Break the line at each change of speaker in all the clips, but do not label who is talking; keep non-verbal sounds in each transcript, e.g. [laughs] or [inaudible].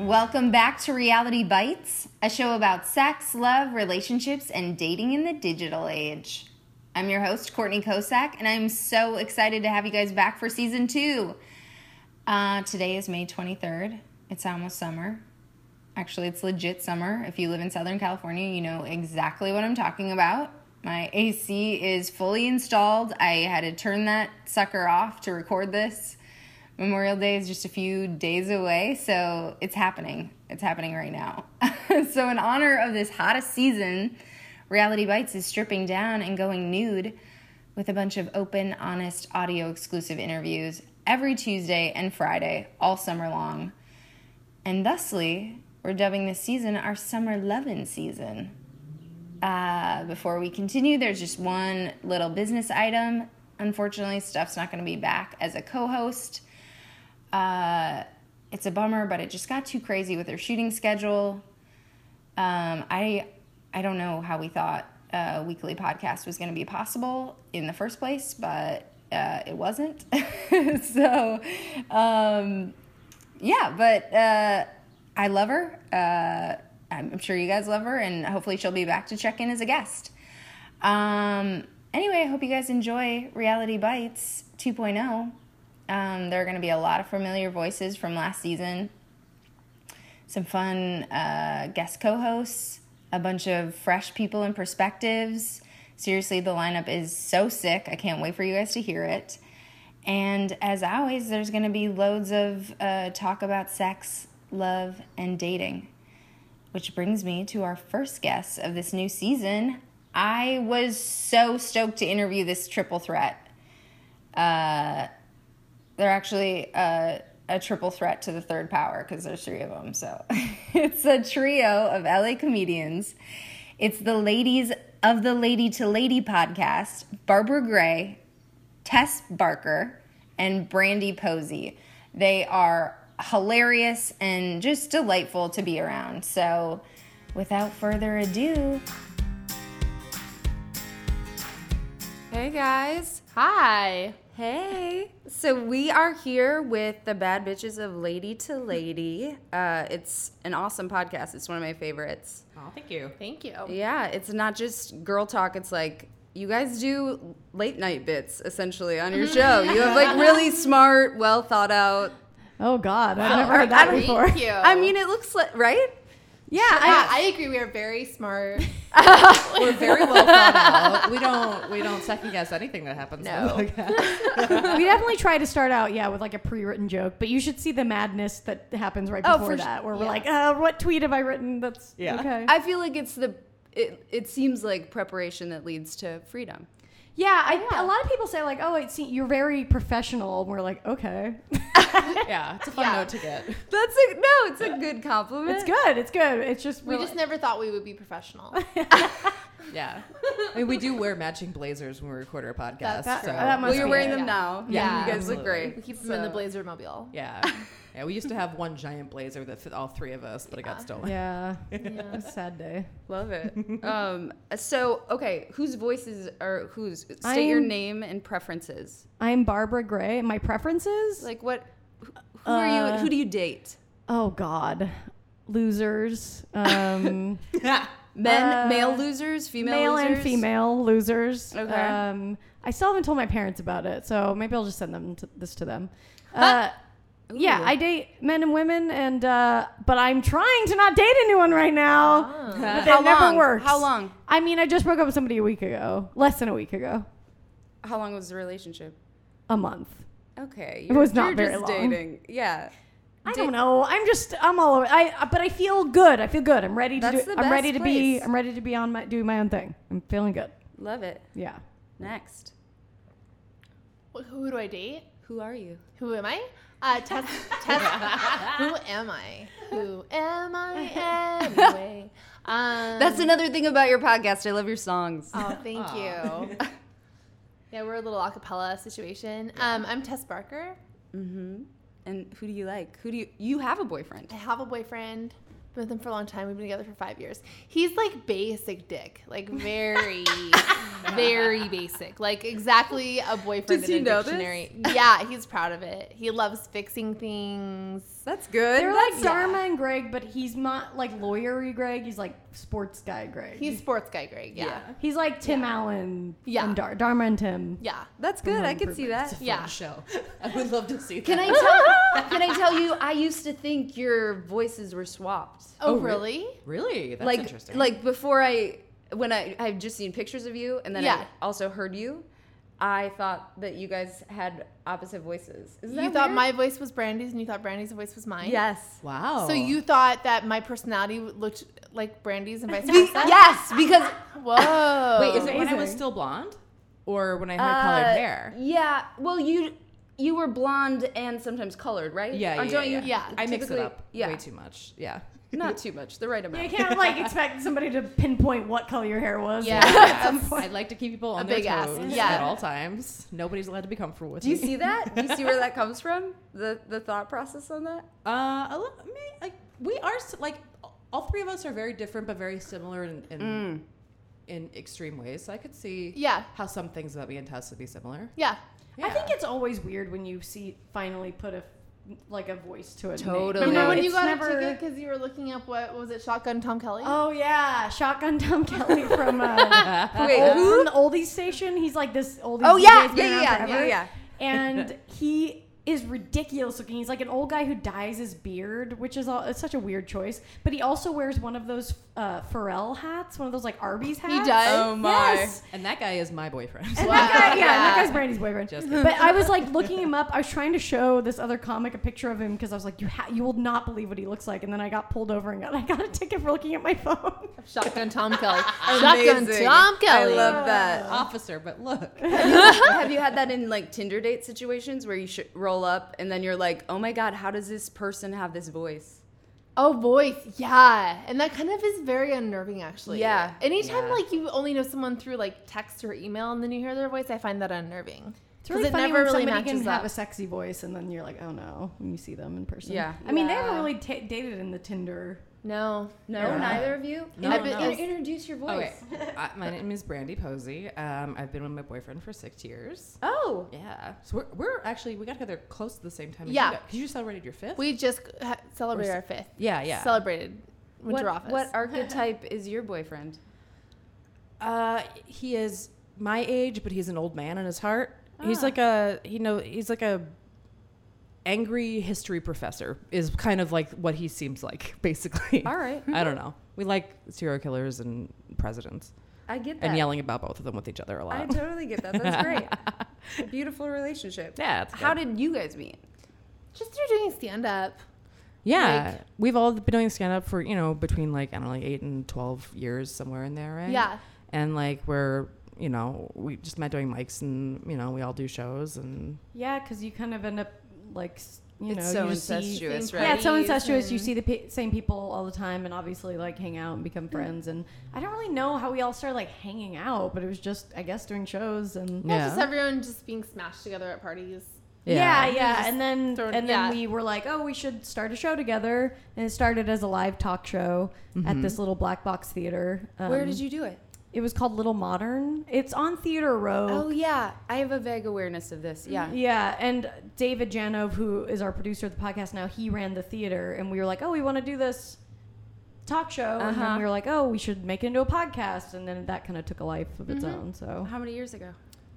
Welcome back to Reality Bites, a show about sex, love, relationships, and dating in the digital age. I'm your host, Courtney Kosak, and I'm so excited to have you guys back for season two. Uh, today is May 23rd. It's almost summer. Actually, it's legit summer. If you live in Southern California, you know exactly what I'm talking about. My AC is fully installed. I had to turn that sucker off to record this. Memorial Day is just a few days away, so it's happening. It's happening right now. [laughs] so, in honor of this hottest season, Reality Bites is stripping down and going nude with a bunch of open, honest, audio exclusive interviews every Tuesday and Friday all summer long. And thusly, we're dubbing this season our Summer Lovin' season. Uh, before we continue, there's just one little business item. Unfortunately, Steph's not going to be back as a co host. Uh, it's a bummer, but it just got too crazy with her shooting schedule. Um, I I don't know how we thought a weekly podcast was going to be possible in the first place, but uh, it wasn't. [laughs] so, um, yeah, but uh, I love her. Uh, I'm I'm sure you guys love her, and hopefully she'll be back to check in as a guest. Um, anyway, I hope you guys enjoy Reality Bites 2.0. Um, there are going to be a lot of familiar voices from last season, some fun uh, guest co hosts, a bunch of fresh people and perspectives. Seriously, the lineup is so sick. I can't wait for you guys to hear it. And as always, there's going to be loads of uh, talk about sex, love, and dating. Which brings me to our first guest of this new season. I was so stoked to interview this triple threat. Uh, they're actually uh, a triple threat to the third power because there's three of them. So [laughs] it's a trio of LA comedians. It's the ladies of the Lady to Lady podcast, Barbara Gray, Tess Barker, and Brandy Posey. They are hilarious and just delightful to be around. So without further ado,
Hey guys. Hi. Hey. So we are here with the bad bitches of Lady to Lady. Uh, it's an awesome podcast. It's one of my favorites.
Oh, thank you.
Thank you.
Yeah, it's not just girl talk. It's like you guys do late night bits essentially on your show. You have [laughs] like really smart, well thought out.
Oh God, I've never heard that
Thank
before.
you.
I mean, it looks like right. Yeah,
yeah,
I,
I agree. We are very smart.
We're very well thought out. We don't we don't second guess anything that happens. on the
No.
podcast.
[laughs] we definitely try to start out, yeah, with like a pre-written joke, but you should see the madness that happens right
Oh,
before
for
that,
su-
where we're
yeah.
like, uh, "What tweet have I written?" That's
Yeah.
okay.
I feel like it's the. It, it seems like preparation that leads to freedom.
yeah, I, a lot of people say like, "Oh, it's you're very professional." And we're like, "Okay,
[laughs]
[laughs]
Yeah, it's a fun
Yeah.
note to get.
That's a no. It's a good compliment.
it's [laughs] good, it's good." It's just
We
we're
just
like-
never thought we would be [laughs] professional.
Yeah, I mean, we do wear matching blazers when we record our podcast.
That's
that,
so.
that must
Well, you're
be
wearing
it.
them
Yeah.
now.
Yeah.
you guys
Absolutely.
look great.
We keep them in the
So-
blazer mobile.
yeah, yeah. We used to have one giant blazer that fit all three of us, but it got stolen.
[laughs] Yeah, yeah. sad day.
Love it. um, so okay, whose voices are whose? State your
I'm-
name and preferences.
I'm Barbara Gray. My preferences?
Like what? Who who are you?
Uh,
Who do you date?
oh God, losers. [laughs] Um,
[laughs]
Men,
uh,
male losers, female,
male and
losers?
female losers.
Okay.
Um, I still haven't told my parents about it, so maybe I'll just send them to, this to them. Uh, yeah,
Ooh.
I date men and women, and uh, but I'm trying to not date anyone right now.
Ah.
But
[laughs]
that
How
never
long?
works.
How long?
I mean, I just broke up with somebody a week ago, less than a week ago,
How long was the relationship?
a month.
Okay,
was not
you're
very
just
long.
dating. Yeah,
I
Date-
don't know. I'm just I'm all over. I but I feel good. I feel good. I'm ready to.
That's
do,
the
I'm ready
best
to be.
place.
I'm ready to be on my do my own thing. I'm feeling good.
love it.
Yeah.
Next,
[laughs] Wh- Who do I date?
who are you?
Who am I? [laughs] Uh, Tess, Tess, who am I? Who am I [laughs] anyway? Um,
That's another thing about your podcast. I love your songs.
Oh, thank you. [laughs] yeah, we're a little acapella situation. Um, I'm Tess Barker.
Mm-hmm. And who do you like? Who do you you have a boyfriend?
I have a boyfriend. Been with him
[laughs]
for a long time. We've been together for five years. He's like basic dick, like very, very basic, like exactly a boyfriend
Does
in
he
a
know this?
dictionary. Yeah, he's proud of it. He loves fixing things.
That's good.
They're like
That's-
Dharma and Greg, but he's not like lawyery Greg. He's like sports guy Greg.
He's sports guy, Greg. Yeah,
Yeah.
he's like Tim Allen.
Yeah.
and Dar- Dharma and Tim.
yeah,
That's good. I could see that.
yeah.
show. I would love to see
Can I
[laughs]
tell? can I tell you? I used to think your voices were swapped.
Oh,
Oh, re-
really?
Really? That's
like,
interesting.
like before I, when I, I've just seen pictures of you, and then
Yeah.
I also heard you. I thought that you guys had opposite voices. Is
You
that
thought
weird?
my voice was Brandy's, and you thought Brandy's voice was mine.
yes. Oh.
wow.
So you thought that my personality looked like Brandy's
[laughs]
and vice
Be-
versa?
yes,
[laughs]
because
Whoa.
Wait,
Is it when I was
Amazing.
still blonde, or when I had colored
Uh,
hair?
Yeah. Well, you you were blonde and sometimes colored, right?
Yeah,
Aren't-
yeah,
don't
yeah,
you-
yeah.
I mix it
typically-
up
yeah.
way too much. Yeah. [laughs]
Not too much. The right
Yeah, you
amount.
can't like expect somebody to pinpoint what color your hair was.
[laughs]
Yeah.
at some point.
I'd like to keep people on
A
their
big ass.
toes
Yeah.
at all times. Nobody's allowed to be comfortable with
Do you
me.
see that? Do you see where that comes from? The the thought process on that?
Uh, a lot, I mean, like, we are s- like all three of us are very different, but very similar in in, in extreme ways. So I could see
Yeah.
how some things about me and Tess would be similar.
Yeah.
I think it's always weird when you see finally put a like a voice to a name.
Totally.
Remember
No,
when you
it's
got
never-
a ticket because you were looking up what, what was it, Shotgun Tom Kelly?
Oh yeah, shotgun Tom Kelly from uh,
[laughs] Wait,
old-
who?
from the oldies station. He's like this oldies.
Oh,
DJ,
yeah,
he's been
yeah,
around
yeah, yeah,
forever.
yeah.
[laughs]
And he is ridiculous looking. He's like an old guy who dyes his beard, which is all, it's such a weird choice. But he also wears one of those uh, Pharrell hats, one of those like Arby's hats.
does?
Oh my!
Yes.
And that guy is my boyfriend. [laughs]
And that guy,
Wow.
yeah, that guy's Brandy's boyfriend.
Just kidding.
but I was like looking him up. I was trying to show this other comic a picture of him because I was like, you ha- you will not believe what he looks like. And then I got pulled over and got [laughs] I got a ticket for looking at
[laughs]
my phone.
Shotgun Tom [laughs] Kelly. Shotgun
Amazing.
Tom Kelly.
I love that.
Officer, but look,
Have you had that in like Tinder date situations where you should roll up and then you're like, oh my god, how does this person have this voice?
Oh, voice. Yeah. And that kind of is very unnerving, actually.
Yeah.
Anytime,
Yeah.
like, you only know someone through, like, text or email and then you hear their voice, I find that unnerving.
It's really
it
funny
never
when
really
somebody
matches
can
up.
have a sexy voice, and then you're like, oh no, when you see them in person.
Yeah.
I mean, they haven't
Yeah.
really ta dated in the Tinder.
No.
No,
Yeah.
neither of you.
No,
Inter-
no.
in- Introduce your voice.
okay. I, my name is Brandy Posey. Um, I've been with my boyfriend for six years.
Oh,
Yeah, so we're, we're actually we got together close to the same time. as
Yeah.
you because you celebrated your fifth.
We just ha- celebrated
Or
our fifth.
yeah, yeah.
Celebrated Winter
what,
Office.
what [laughs] archetype is your boyfriend?
Uh, he is my age, but he's an old man in his heart.
Ah.
He's like a you know he's like a angry history professor is kind of like what he seems like [laughs] basically.
Ah, All right.
I don't know. We like serial killers and presidents
I get that.
and yelling about both of them with each other a lot.
I totally get that. That's [laughs] great. Beautiful relationship.
[laughs] yeah. it's
How
good.
did you guys meet?
Just through doing stand up.
yeah. We've all been doing stand up for, you know, between like I don't know, like 8 and 12 years somewhere in there, right?
Yeah.
And like we're, you know, we just met doing mics and, you know, we all do shows and
Yeah, because you kind of end up like s- you
It's
know
so
you see-
incestuous, right? Mm-hmm.
Yeah, it's so
Buddies
incestuous. You
and-
see the pe same people all the time, and obviously like hang out and
Mm.
become friends. And I don't really know how we all started like hanging out, but it was just I guess doing shows and
Yeah.
Yeah.
Just everyone just being smashed together at parties.
Yeah, yeah,
just
and then
thrown-
and then
yeah.
we were like, oh, we should start a show together, and it started as a live talk show
Mm-hmm.
at this little black box theater. um,
Where did you do it?
It was called Little Modern. It's on Theater Row.
Oh yeah, I have a vague awareness of this. Yeah.
Yeah, and David Janov, who is our producer of the podcast now, he ran the theater, and we were like, oh, we want to do this talk show, and then
Uh-huh.
we were like, oh, we should make it into a podcast, and then that kind of took a life of its own. So
How many years ago?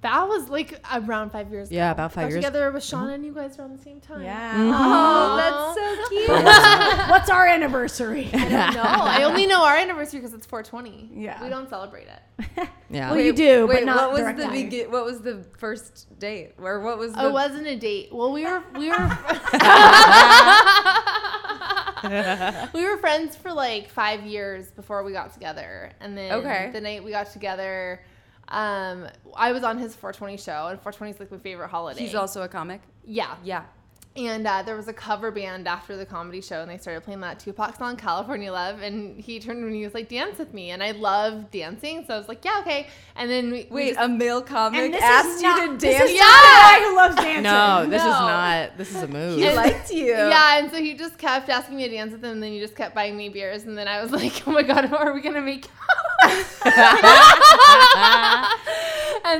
That was like around five years ago.
Yeah, about five
Got
years.
together with Sean and you guys around the same time.
yeah,
Oh, that's so cute.
[laughs] what's our anniversary?
I don't know. I only know our anniversary because it's 420.
Yeah.
We don't celebrate it.
Yeah.
Well, you do, but
wait,
not
what was
direct
the
hire.
begin- What was the first date, or what was the?
Oh, it wasn't a date. Well, we were we were [laughs] we were friends for like five years before we got together, and then
Okay.
the night we got together, um, I was on his 420 show, and 420 is like my favorite holiday.
He's also a comic.
yeah,
Yeah.
and uh, there was a cover band after the comedy show, and they started playing that Tupac song, California Love. And he turned to me and he was like, Dance with me. And I love dancing. So I was like, Yeah, okay. And then we, we
Wait,
just-
a male comic
And this
asked
is
you
not-
to
this
dance.
is
Yeah.
not a guy who loves dancing.
No, this
No.
is not. This is a move.
He
And- [laughs]
liked you.
yeah. And so he [laughs] just kept asking me to dance with him, and then he just kept buying me beers. And then I was like, Oh my God, are we going to make out?
[laughs]
and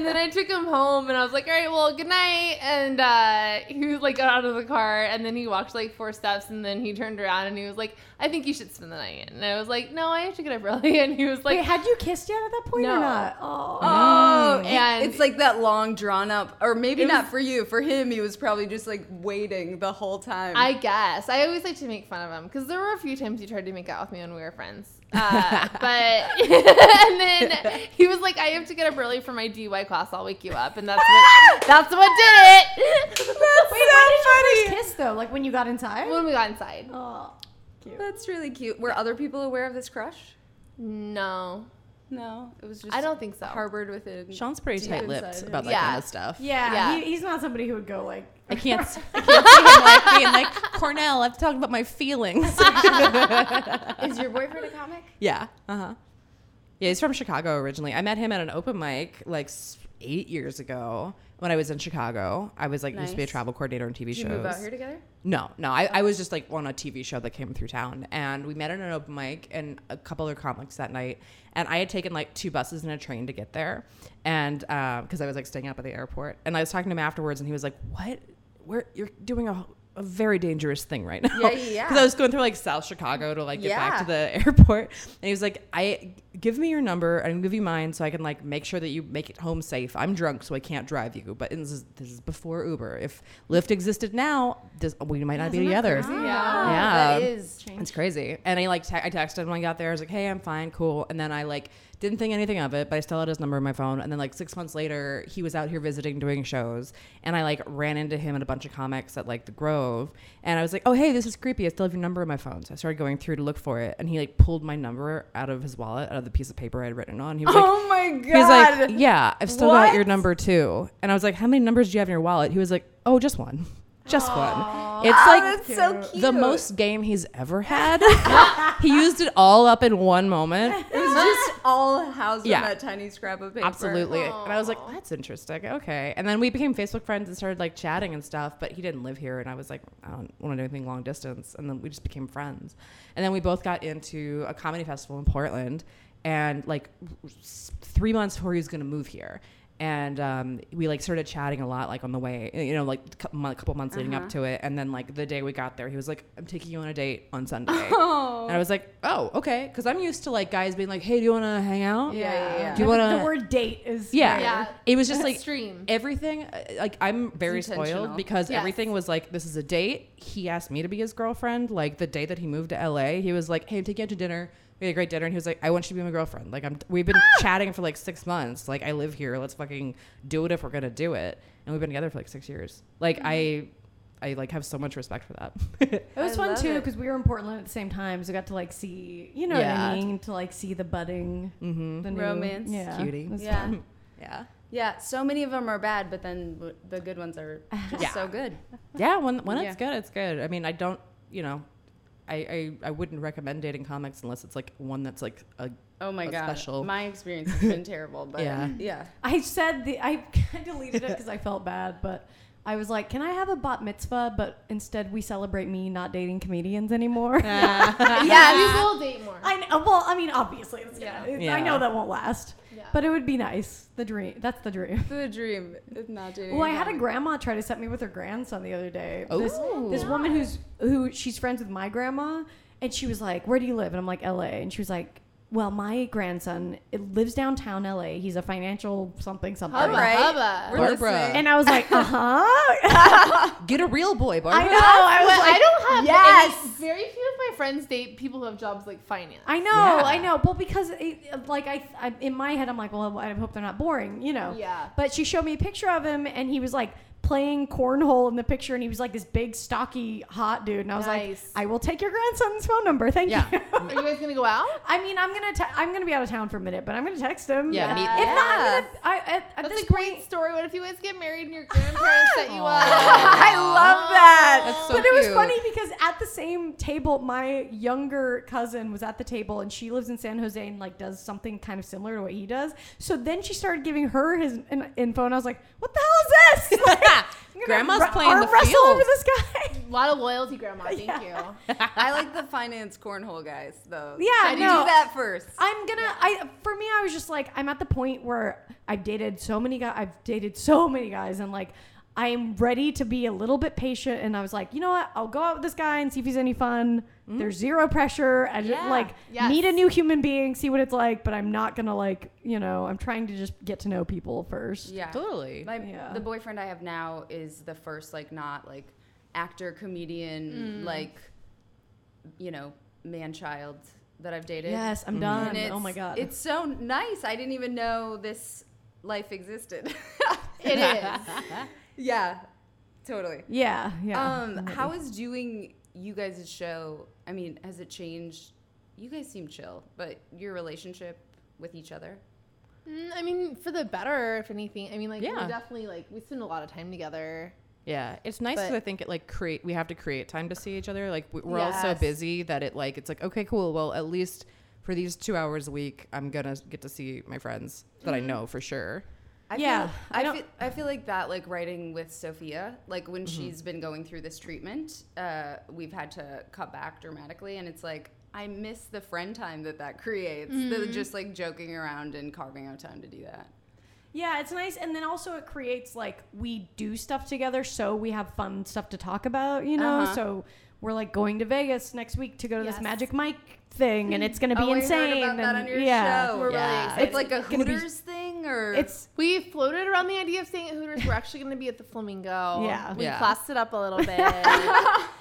then I took him home, and I was like, "All right, well, good night." And uh, he was like got out of the car, and then he walked like four steps, and then he turned around and he was like, "I think you should spend the night." And I was like, "No, I have to get up early." And [laughs] he was like,
Wait, had you kissed yet at that point
No.
or not? Oh.
"Oh, and
it's like that long drawn up, or maybe not for you. For him, he was probably just like waiting the whole time.
I guess I always like to make fun of him because there were a few times he tried to make out with me when we were friends. Uh, but [laughs] and then he was like, "I have to get up early for my DUI class. I'll wake you up," and that's what that's what did [laughs] it.
Wait, when did you first kiss though? Like when you got inside?
when we got inside,
oh, cute.
That's really cute. Were other people aware of this crush?
no,
No, it was just
I don't think so.
harbored within.
Sean's pretty
Deep
tight lipped
inside.
about that
Yeah.
kind of stuff.
Yeah,
Yeah.
He, he's not somebody who would go like.
I can't, s-
[laughs]
I can't see him like being like Cornell. I've talked about
[laughs]
my feelings.
Is your boyfriend a comic?
yeah. Uh huh. Yeah, he's from Chicago originally. I met him at an open mic like s- eight years ago when I was in Chicago. I was like used to be a
Nice.
travel coordinator on TV
Did you
shows.
move out here together?
No, no. I, I was just like on a TV show that came through town, and we met at an open mic and a couple other comics that night. And I had taken like two buses and a train to get there, and because I was like staying up at the airport. And I was talking to him afterwards, and he was like, "What? Where you're doing a, a very dangerous thing right now?"
Yeah, yeah,
[laughs]
yeah.
Because I was going through like South Chicago to like get back to
Yeah.
the the [laughs] airport and he was like i give me your number and give you mine so i can like make sure that you make it home safe i'm drunk so i can't drive you but this is, this is before uber if lyft existed now this, we might not be together
yeah.
yeah
That is
it's crazy and i like te- i texted him when i got there i was like hey i'm fine cool and then i like didn't think anything of it but i still had his number on my phone and then like six months later he was out here visiting doing shows and i like ran into him and a bunch of comics at like the grove and i was like oh hey this is creepy i still have your number on my phone so i started going through to look for it and he like pulled my number out of his wallet out of the piece of paper i had written on he was like
[laughs] oh my god!
he was like, "Yeah, I've still got your
What?
number too." And I was like, "How many numbers do you have in your wallet?" He was like, "Oh, just one, just one." It's like
Oh, that's so cute.
the most game he's ever had. [laughs] he used it all up in one moment.
[laughs] It was just all housed
Yeah.
in that tiny scrap of paper.
Absolutely. And I was like, "That's interesting." Okay. And then we became Facebook friends and started like chatting and stuff. But he didn't live here, and I was like, "I don't want to do anything long distance." And then we just became friends. And then we both got into a comedy festival in Portland. And like s- three months before he was going to move here, and um, we like started chatting a lot like on the way you know like a cou- mon- couple months leading up to it and then like the day we got there he was like i'm taking you on a date on sunday and i was like oh okay because i'm used to like guys being like hey do you want to hang out
Yeah, yeah, yeah.
do you
I
want
think
to
The word date is.
yeah.
weird.
Yeah.
It was just like
Extreme.
everything. uh, Like I'm very spoiled
intentional.
because
Yes.
everything was like this is a date. He asked me to be his girlfriend. Like the day that he moved to LA, he was like, "Hey, I'm taking you out to dinner." We had a great dinner, and he was like, "I want you to be my girlfriend." Like I'm, we've been
Ah.
chatting for like six months. Like I live here. Let's fucking do it if we're gonna do it. And we've been together for like six years. Like
Mm-hmm.
I, I like have so much respect for
[laughs]
that. [laughs]
It was
I
fun
love
too
it.
because we were in Portland at the same time, so we got to like see, you know
Yeah.
what I mean, to like see the budding,
mm-hmm.
the new,
Romance.
yeah,
Cutie.
It was
Yeah.
fun.
Yeah.
yeah. So many of them are bad, but then w- the good ones
[laughs]
are just
Yeah.
so good.
Yeah, when when
Yeah.
it's good, it's good. I mean, I don't, you know, I I, I wouldn't recommend dating comics unless it's like one that's like a
Oh my
A
god!
special-
My experience has
[laughs]
been terrible, but
Yeah.
yeah,
[laughs]
I said the I [laughs] deleted it because I felt bad, but I was like, "Can I have a bat mitzvah?" But instead, we celebrate me not dating comedians anymore.
yeah. You will date more.
[laughs] I know, well, I mean, obviously, it's
Yeah.
gonna-
Yeah.
I know that won't last,
Yeah.
but it would be nice. The dream. That's the dream.
the dream. It's not dating.
Well, I had a grandma try to set me with her grandson the other day. This,
Oh.
this woman who's who she's friends with my grandma, and she was like, "Where do you live?" And I'm like, "L.A." And she was like, "Well, my grandson it lives downtown L.A. He's a financial something something."
Hubba,
All right.
hubba.
We're
Barbara.
listening.
And I was like, "Uh
[laughs]
huh."
get a real boy, Barbara.
I know. I was
Well,
like,
I don't have
yes.
any, very few of my friends date people who have jobs like finance.
I know, I know. Well, because it, like I, I, in my head, I'm like, well, I hope they're not boring, you know.
Yeah.
But she showed me a picture of him, and he was like playing cornhole in the picture, and he was like this big, stocky, hot dude, and I was
Nice.
like, I will take your grandson's phone number, thank
Yeah.
you. [laughs]
Are you guys gonna go out?
I mean, I'm gonna, te- I'm gonna be out of town for a minute, but I'm gonna text him.
Yeah, meet-
If not,
Yeah.
I'm gonna, I, at, at
That's
this
a great
point,
story. What if you guys get married and your
[laughs]
grandparents set you up?
I love that.
That's so
but it was
cute.
funny because at the same table, my younger cousin was at the table, and she lives in San Jose and like does something kind of similar to
[laughs]
what he does. So then she started giving her his in- info, and I was like, "What the hell is this?" [laughs] Like,
Grandma's
Ru-
playing
arm
the
wrestle
field.
over
[laughs]
this guy.
A [laughs] lot of loyalty, Grandma. Thank you.
I like the finance cornhole guys though.
Yeah,
Should
no.
do that first.
I'm gonna. I for me, I was just like, I'm at the point where I've dated so many guys. I've dated so many guys, and like, I am ready to be a little bit patient. And I was like, you know what? I'll go out with this guy and see if he's any fun.
Mm.
There's zero pressure. I just
Yeah.
like
[laughs] Yes.
meet a new human being, see what it's like. But I'm not gonna like, you know, I'm trying to just get to know people first.
Yeah.
Totally.
My,
Yeah.
The boyfriend I have now is the first, like, not like actor,
Mm.
comedian, like, you know, man child that I've dated.
Yes, I'm done.
And it's,
Oh my god.
It's so nice. I didn't even know this life existed. [laughs]
It is.
yeah, totally.
yeah, yeah.
Um, how is doing you guys' show? I mean, has it changed? You guys seem chill, but your relationship with each other?
Mm, I mean, for the better, if anything. I mean, like
Yeah.
we definitely like we spend a lot of time together.
Yeah, it's nice
But-
because I think it like create we have to create time to see each other. Like we- we're all so
Yes.
busy that it like it's like okay, cool. Well, at least for these two hours a week, I'm gonna get to see my friends that
Mm-hmm.
I know for sure.
I
Yeah,
feel,
I
I,
don't-
feel, I feel like that, like writing with Sophia, like when
Mm-hmm.
she's been going through this treatment, uh, we've had to cut back dramatically, and it's like I miss the friend time that that creates. The,
Mm-hmm.
just like joking around and carving out time to do that.
Yeah, it's nice, and then also it creates like we do stuff together, so we have fun stuff to talk about, you know.
Uh-huh.
So we're like going to Vegas next week to go to this
Yes.
Magic Mike thing, and it's gonna be
oh,
insane.
I heard about that
and-
on your
yeah,
show.
We're
Yeah.
really
It's,
excited.
like a
gonna be-
Hooters thing, or
it's
We floated around the idea of staying at Hooters. We're actually going to be at the Flamingo.
Yeah.
We
Yeah.
classed it up a
[laughs]
little bit.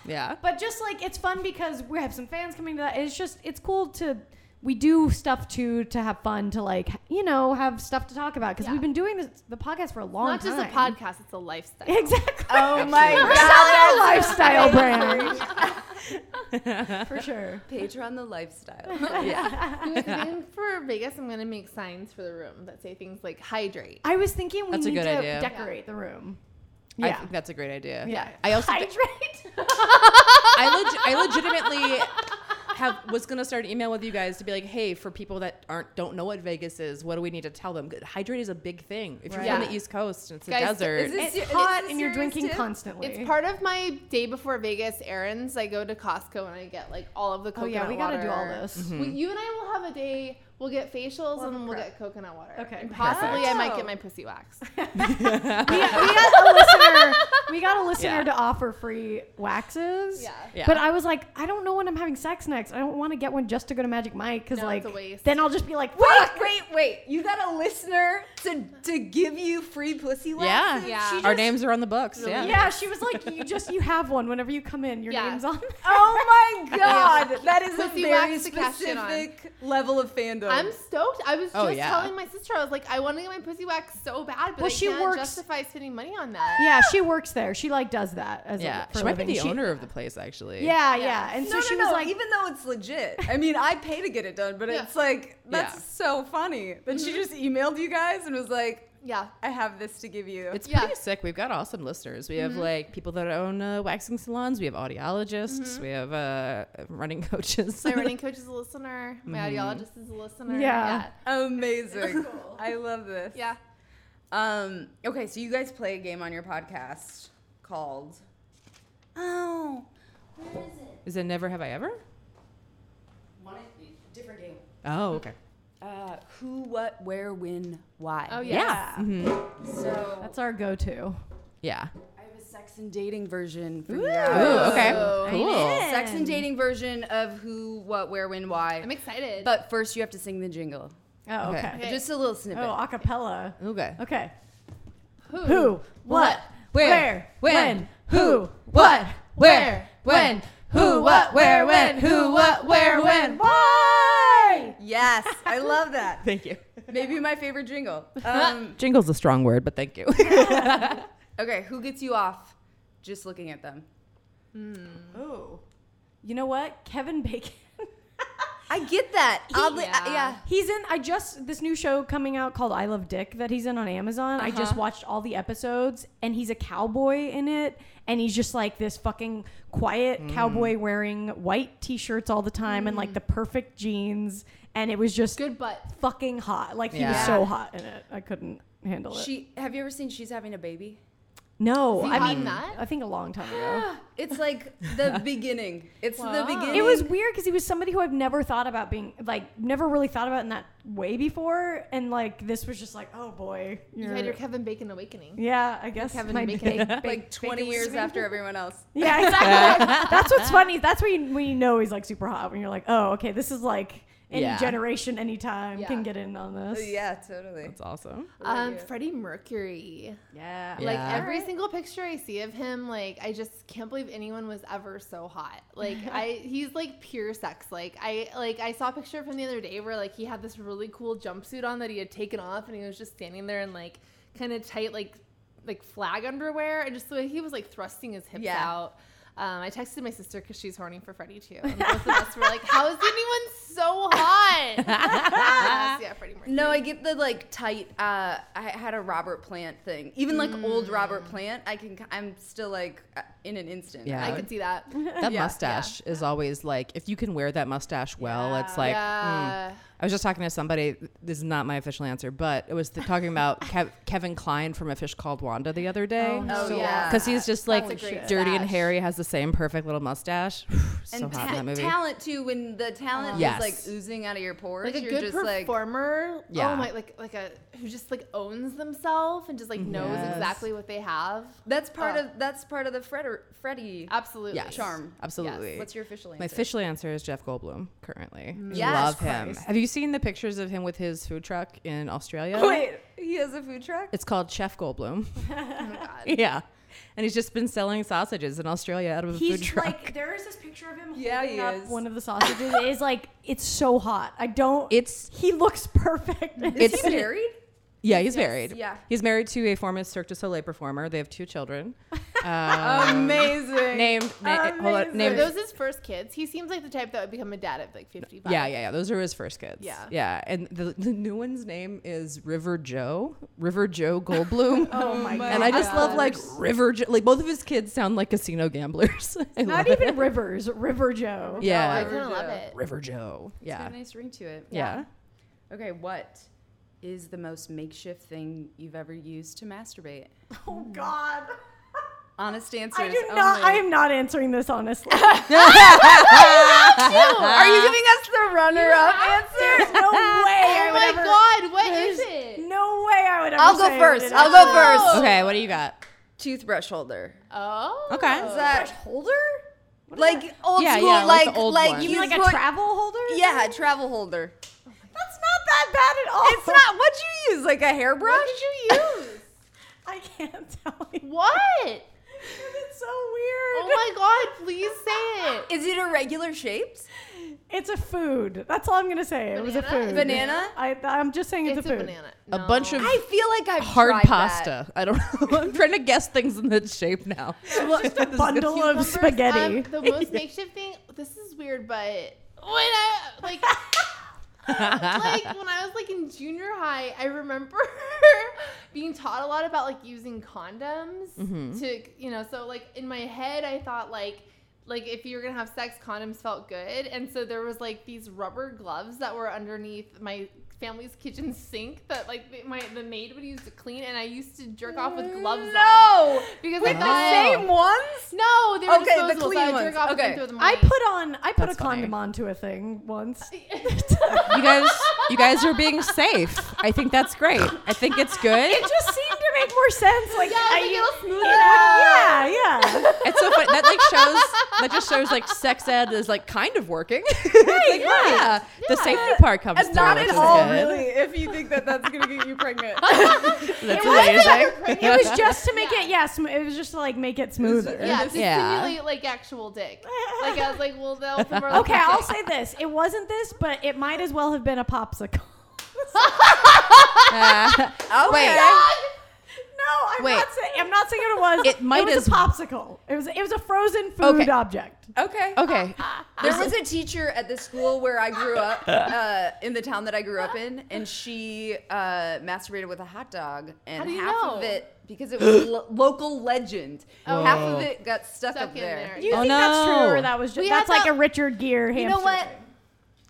Yeah,
but just like it's fun because we have some fans coming to that. It's just it's cool to we do stuff too to have fun to like you know have stuff to talk about because
Yeah.
we've been doing this the podcast for a long
Not
time.
just a podcast, it's a lifestyle.
[laughs] Exactly.
Oh my
Absolutely.
Our lifestyle brand
[laughs]
[laughs]
for sure.
Patreon the lifestyle.
Like, then for Vegas, I'm going to make signs for the room that say things like hydrate.
I was thinking we
That's a
need
good
to
idea.
decorate the room.
I
Yeah.
think that's a great idea.
yeah.
I
[laughs]
also
hydrate.
I, leg- I legitimately have was gonna start an email with you guys to be like, hey, for people that aren't don't know what Vegas is, what do we need to tell them? Hydrate is a big thing. If you're
Right.
from
Yeah.
the East Coast and it's a
Guys,
desert,
is this-
it's
It's
hot
a
and you're
serious
drinking
tip.
constantly.
It's
[laughs]
part of my day before Vegas errands. I go to Costco and I get like all of the
Oh
coconut
yeah, we gotta do all
water.
this.
We, you and I will have a day. We'll get facials
We'll have
and
a
we'll
prep.
get coconut water.
Okay.
And possibly I might
Perfect.
get my pussy
[laughs]
wax.
we, we got a listener. We got a
[laughs]
listener
Yeah.
to offer free waxes.
Yeah.
Yeah.
But I was like, I don't know when I'm having sex next. I don't want to get one just to go to Magic Mike because
No,
like
it's a waste.
then I'll just be like,
Wait,
fuck.
wait, wait! You got a listener to to give you free pussy
yeah,
waxes?
Yeah.
She
our
just-
names are on the books. Yeah.
Yeah, she was like, you just you have one whenever you come in. Your
Yeah.
name's on.
Oh my god, that is a
Pussy
very
wax to cash in on.
specific level of fandom.
I'm stoked. I was just
Oh, yeah.
telling my sister, I was like, I want to get my pussy waxed so bad, but
Well,
I
she
can't
works-
justify spending money on that.
[laughs] yeah, she works there. She like does that as
Yeah,
a, for
she
a
might be
living.
the owner of the place actually.
Yeah, yeah,
Yeah.
And
no,
so
no,
she
no,
was like,
even though it's legit. I mean, I pay to get it done, but
Yeah.
it's like that's
Yeah.
so funny. Then she just emailed you guys and was like,
Yeah.
"I have this to give you."
It's
Yeah.
pretty sick. We've got awesome listeners. We have like people that own uh, waxing salons. We have audiologists. We have uh, running coaches.
[laughs]
My running coach is a listener. My
Mm-hmm.
audiologist is a listener.
Yeah.
amazing. I love this.
Yeah.
Um, okay, so you guys play a game on your podcast called Oh.
[laughs] Is it never have I ever?
e, different game.
Oh, okay.
Uh, who, what, where, when, why.
Oh, yes. yeah.
So
that's our go-to.
Mm-hmm. Yeah.
I have a sex and dating version for you.
Ooh,
guys.
okay.
Oh.
Cool.
Sex and dating version of who, what, where, when, why.
I'm excited.
but first you have to sing the jingle.
Oh,
Okay.
okay.
Okay.
Just a little snippet.
Oh, acapella.
Okay.
Okay.
who?
Who? What? Where? When? Who? What?
Where?
When? Who? What? Where? When? Who? What? Where? When? Why?
Yes, I love that.
Thank you.
Maybe my favorite jingle. Um,
Jingle's a strong word, but thank you.
okay, who gets you off just looking at them?
Oh, you know what? Kevin Bacon. [laughs]
I get that. Oddly,
Yeah.
I- yeah.
He's in. I just this new show coming out called I Love Dick that he's in on Amazon. I
Uh-huh.
just watched all the episodes, and he's a cowboy in it, and he's just like this fucking quiet
Mm.
cowboy wearing white t-shirts all the time and like the perfect jeans, and it was just
Good butt.
fucking hot. Like he was
Yeah.
so hot in it, I couldn't handle it.
She have you ever seen She's Having a Baby?
No,
Is he
I
on
mean,
that?
I think a long time ago.
[gasps]
It's like
[laughs]
the beginning. It's the
Wow.
beginning.
It was weird because he was somebody who I've never thought about being like never really thought about in that way before, and like this was just like, oh boy,
You
you're-
had your Kevin Bacon awakening.
yeah, I guess
Kevin
my
Bacon.
ba- ba-
like 20
bacon
[laughs]
was
years
sweet.
after everyone
[laughs]
else.
Yeah,
[laughs]
exactly. That's what's funny. That's when you, when you know he's like super hot when you're like, oh, okay, this is like any
Yeah.
generation, any time
Yeah.
can get in on this. [laughs]
Yeah, totally.
[laughs] That's awesome.
Um, Freddie Mercury.
yeah.
Yeah.
Like every single picture I see of him, like I just can't believe anyone was ever so hot.
[laughs]
Like I, he's like pure sex. Like I, like I saw a picture of him the other day where like he had this really cool jumpsuit on that he had taken off, and he was just standing there in like kind of tight, like like flag underwear, and just the way he was like thrusting his hips
Yeah.
out. Um, I texted my sister because she's horny for
[laughs]
Freddie too. And both of us were like, "How is anyone so hot?" [laughs] Yes, yeah, Freddie Mercury.
No, I get the like tight. Uh, I had a Robert Plant thing. Even like old Robert Plant, I can. I'm still like uh, in an instant.
Mm. Yeah.
I could see that.
That mustache is always like if you can wear that mustache well, it's like mm.
yeah.
I was just talking to somebody. This is not my official answer, but it was the, talking about Kev, Kevin Klein from A Fish Called Wanda the other day.
Oh,
So
yeah.
awesome.
Because he's just
That's
like
a great
dirty and
stash.
hairy, has the same perfect little mustache. [sighs] so
And ta-
hot in that movie.
talent too. When the talent is
Yes.
like oozing out of your pores,
like a
you're
good
just like.
performer.
Yeah.
Oh my, like like a who just like owns themselves and just like knows
Mm-hmm. Yes.
exactly what they have.
That's part
Oh.
of that's part of the Fredder, Freddie
Absolutely.
Yes.
charm.
Absolutely.
What's your official answer?
My official answer is Jeff Goldblum currently.
Mm.
Yes,
Love him.
Christ.
Have you seen the pictures of him with his food truck in Australia?
Wait, he has a food truck.
It's called Chef Goldblum.
[laughs] Oh my
[laughs]
God.
yeah. And he's just been selling sausages in Australia out of a food
He's
truck.
like, there is this picture of him
Yeah,
holding
he
up
is.
one of the sausages. it is like, it's so hot. I don't.
It's-
he looks perfect. [laughs]
Is
it's-
he
[laughs]
married?
[laughs] yeah, he's married.
yeah.
He's married to a former Cirque du Soleil performer. They have
[laughs]
two children.
[laughs] Amazing.
named na- eh, hold on,
Are
named
those his first kids? He seems like the type that would become a dad at like 55.
Yeah, yeah, yeah. Those are his first kids.
Yeah.
Yeah. And the, [laughs] the new one's name is River Joe. River Joe
[laughs]
Goldblum.
oh my god.
and I just love like River Joe. Like both of his kids sound like casino gamblers. [laughs] I love
Not
it.
even Rivers, River Joe.
Oh, I
Yeah.
kind of love
Joe.
it.
River Joe.
It's got
Yeah.
a nice ring to it.
Yeah.
Okay, what is the most makeshift thing you've ever used to masturbate?
Oh god.
Honest answer
I
is
do not.
only-
I am not answering this honestly.
Are you giving us the runner-up answer?
There's no way I
Oh
would
my
ever.
God, what is
There's
it?
no way I would ever.
I'll go
say I
first.
did it.
I'll go first.
Okay, what do you got?
Toothbrush holder.
Oh.
Okay.
Is that holder? Like old
Yeah,
school,
yeah, like
like
the old
like
one.
You mean like
you
a
put-
travel holder?
Yeah, travel holder.
That's not that bad at all.
It's not what you use, like a hairbrush.
What did you use?
I can't tell you.
what?
[laughs] It's so weird.
Oh my God, please say it.
Is it irregular shapes?
It's a food. That's all I'm gonna say. It was a
Banana?
food.
Banana?
I, I'm just saying it's,
It's
a
a
food.
banana.
A bunch
No.
of
I feel like I've
hard
tried that.
pasta. I don't [laughs] know. I'm trying to guess things in that shape now.
Just a bundle
[laughs]
of
Cucumbers,
spaghetti.
um, the most makeshift thing. This is weird, but when I
[laughs]
like, like when I was like in junior high, I remember [laughs] being taught a lot about like using condoms
Mm-hmm.
to, you know. So like in my head, I thought like. Like if you were gonna have sex, condoms felt good, and so there was like these rubber gloves that were underneath my family's kitchen sink that like the- my the maid would use to clean, and I used to jerk off with gloves on
No,
because
with
I
the
thought-
same ones.
no, they were
Okay, the
disposable. so
clean
I
ones.
jerk off
Okay.
and throw them
I
away. [laughs]
put on. I put
That's
a condom
funny.
onto a thing once.
You guys, you guys are being safe. I think that's great. I think it's good.
It just seemed to make more sense. Like
Yeah, I
I,
think it'll smooth it out.
yeah, yeah.
It's so funny. That like shows that just shows like sex ed is like kind of working. [laughs] It's like, yeah. The safety part comes
And
through.
not
which
at
is
all,
good.
really. If you think that that's gonna get you
[laughs]
pregnant,
That's amazing.
It
[laughs]
was just to make it. Yes, it was just to like make it smoother.
Yeah, to
Yeah.
simulate like actual dick. Like I was like, well, they'll put more.
Okay, I'll say this. It wasn't this, but it might as well have been a popsicle.
okay.
No, I'm
Wait.
not saying. I'm not saying it was.
It might
it was
as-
a popsicle. It was. It was a frozen food
Okay.
object.
Okay.
Oh,
okay.
There was a teacher at the school where I grew
[laughs]
up, uh, in the town that I grew up in, and she uh, masturbated with a hot dog, and
do you
half of
know? Oh.
it because it
[gasps]
was lo- local legend. Half of it got stuck,
Stuck
up
in
there.
there.
Do you
Oh,
think that's
no.
true, or that was just
We
that's
had
like
that-
a Richard Gere hamster?
You know what?
thing?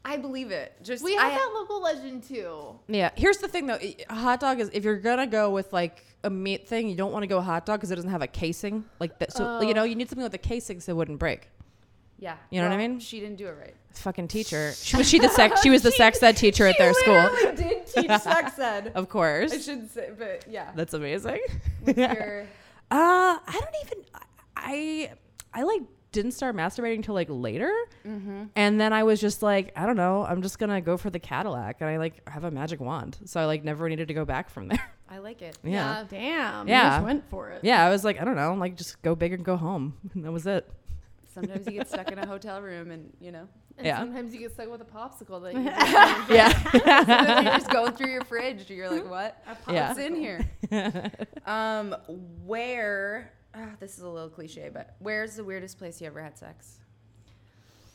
I believe it. Just
We
I,
have that local legend too.
E, Yeah. Here's the thing though. A hot dog is if you're gonna go with like a meat thing, you don't want to go hot dog because it doesn't have a casing. Like that, so you know, you need something with a casing so it wouldn't break.
Yeah.
You know what I mean?
She didn't do it right.
Fucking teacher. [laughs] She, was she the sex? [laughs] She was the sex ed teacher at their school,
did teach sex
[laughs]
ed.
of
I
course.
should say, but yeah.
That's amazing.
[laughs] You're-
Uh, I don't even. I I like didn't start masturbating till like later, and then I was just like, I don't know. I'm just gonna go for the Cadillac, and I like have a magic wand, so I like never needed to go back from there. [laughs]
I like it.
Yeah.
Damn.
Yeah.
You just went for it.
Yeah, I was like, I don't know, like just go big and go home. [laughs] And that was it.
Sometimes you get stuck in a hotel room and, you know,
And
Yeah.
sometimes you get stuck with a popsicle that you
[laughs] you're just going through your fridge. You're like, what?
Yeah.
What's in here? um, where, ah, this is a little cliche, but where's the weirdest place you ever had sex?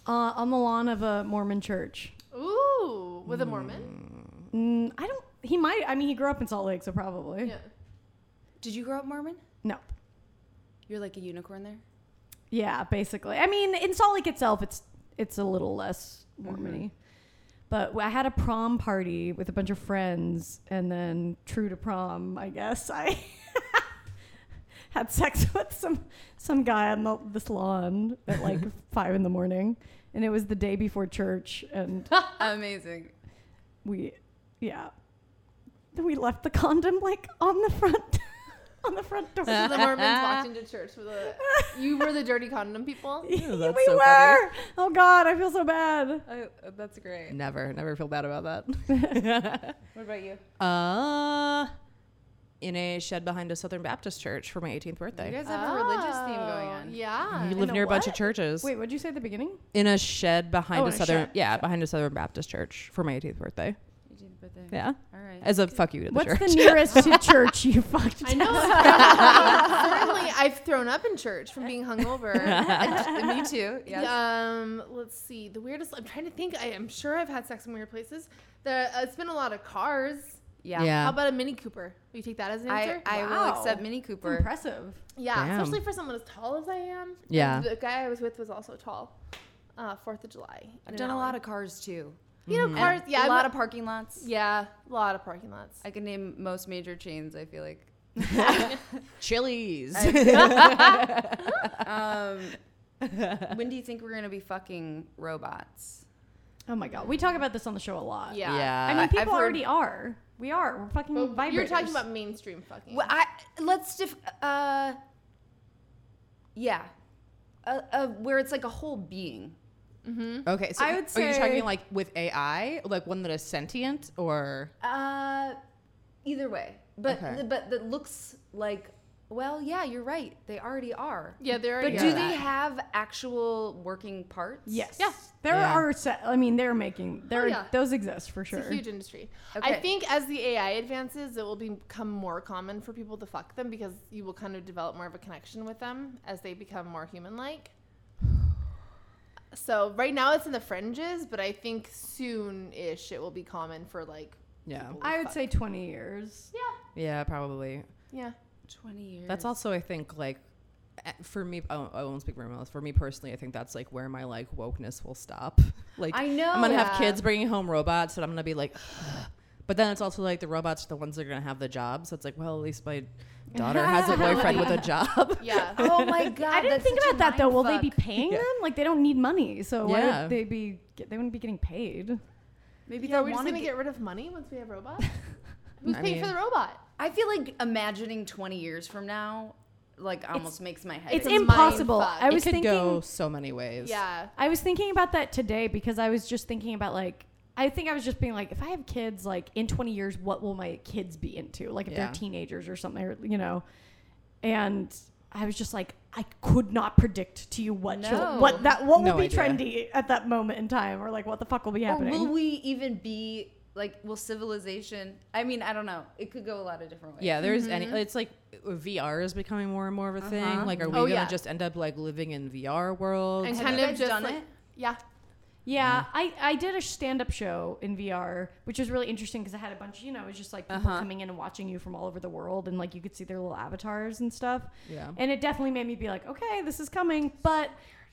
Uh, on the lawn of a Mormon church.
Ooh, with a Mormon?
Mm, I don't. He might. I mean, he grew up in Salt Lake, so
Mm.
probably.
Yeah.
Did you grow up Mormon?
No.
You're like a unicorn there?
Yeah, basically. I mean, in Salt Lake itself, it's it's a little less Mormony.
Mm-hmm.
But I had a prom party with a bunch of friends, and then true to prom, I guess [laughs] I had sex [laughs] with some some guy on the, this lawn at
[laughs]
like five in the morning, and it was the day before church, and
Amazing.
we, yeah, we left the condom like on the front [laughs] on the front
[laughs]
door.
So the Mormons walked into church with a. You
[laughs]
were the dirty condom
[laughs]
people?
that's
we
so
were.
funny.
Oh God, I feel so bad.
Oh, that's great.
Never, never feel bad about [laughs] that.
What about you?
uh, in a shed behind a Southern Baptist church for my 18th
You
birthday.
guys have a religious theme going
Oh,
on.
[laughs] Yeah.
You live
a
near a bunch of
what?
churches.
Wait, what'd you say at the beginning?
In a shed behind
Oh,
a
in a
Southern,
shed.
yeah, behind a Southern Baptist church for my 18th birthday.
You did it, but there.
Yeah,
All right. [laughs]
as a fuck you to the
What's
church.
the nearest to church you fucked?
I know. [laughs] Certainly, I've thrown up in church from being hungover.
Me too. Yes.
Um, let's see. The weirdest. I'm trying to think. I am sure I've had sex in weird places. The, uh, it's been a lot of cars.
Yeah.
[laughs] Yeah.
How about a Mini Cooper? Will you take that as an
I,
answer?
I will
Wow.
accept Mini Cooper.
Impressive.
yeah,
Damn.
especially for someone as tall as I am.
Yeah.
And the guy I was with was also tall. Uh, Fourth of July.
I've done a lot of cars too.
you know cars. Yeah,
a
I'm
lot
not-
of parking lots.
yeah, a lot of parking lots.
I can name most major chains. I feel like.
Chili's.
[laughs] Um, when do you think we're gonna be fucking robots?
Oh my God, we talk about this on the show a
[laughs]
lot.
Yeah.
yeah,
I mean,
I've
people
heard-
already are. We are. We're fucking
But
vibrators.
you're talking about mainstream fucking.
Well, I let's def- uh, yeah, uh, uh, where it's like a whole being.
Okay, so
I would
are you
say-
talking like with AI, like one that is sentient, or
Uh, either way, but
Okay.
th- but that looks like. Well, yeah, you're right. They already are.
Yeah, they already
But
are
do
that.
they have actual working parts?
Yes.
Yeah.
There
Yeah.
are. Se- I mean, they're making. There.
Oh,
are
yeah.
Those exist for sure.
It's a huge industry. I
Okay.
think as the AI advances, it will become more common for people to fuck them because you will kind of develop more of a connection with them as they become more human like. So right now it's in the fringes, but I think soon ish it will be common for like
yeah,
I would say 20 years.
Yeah.
yeah, probably.
Yeah.
20 years.
That's also, I think, like eh, for me, I won't- I won't speak for myself. For me personally, I think that's like where my like wokeness will stop. [laughs] Like
I know.
I'm gonna
Yeah.
have kids bringing home robots, and I'm gonna be like, but then it's also like the robots are the ones that are gonna have the jobs. So it's like, well, at least my daughter has a boyfriend with a job. [laughs]
Yeah.
Oh my god.
I didn't
that's
think
such a
about that though. Will they be
mindfuck.
paying
Yeah.
them? Like they don't need money, so why
Yeah.
would they be? Get, they wouldn't be getting paid.
[laughs] Maybe
yeah,
they
we're just
want to
gonna
get.
get rid of money once we have
[laughs]
robots. Who's
I
paying for
mean-
the robot?
I feel like imagining 20 years from now, like almost makes my head.
It's
a mind
impossible.
fuck.
I
It
was
could
thinking.
go so many ways.
Yeah.
I was thinking about that today because I was just thinking about like I think I was just being like if I have kids like in 20 years what will my kids be into like if
Yeah.
they're teenagers or something or, you know and I was just like I could not predict to you what
No.
chil- what that what
No
will be
idea.
trendy at that moment in time or like what the fuck will be
or
happening.
will we even be like? Will civilization? I mean, I don't know. It could go a lot of different ways.
Yeah, there's any. It's like VR is becoming more and more of a thing. Like, are we
Oh,
gonna
yeah.
just end up like living in VR worlds?
And
Have
kind
you
of
guys
just
done
like,
it?
Yeah.
Yeah, I, I did a stand up show in VR, which was really interesting because I had a bunch, you know, it was just like people
Uh-huh.
coming in and watching you from all over the world, and like you could see their little avatars and stuff.
Yeah.
And it definitely made me be like, okay, this is coming. But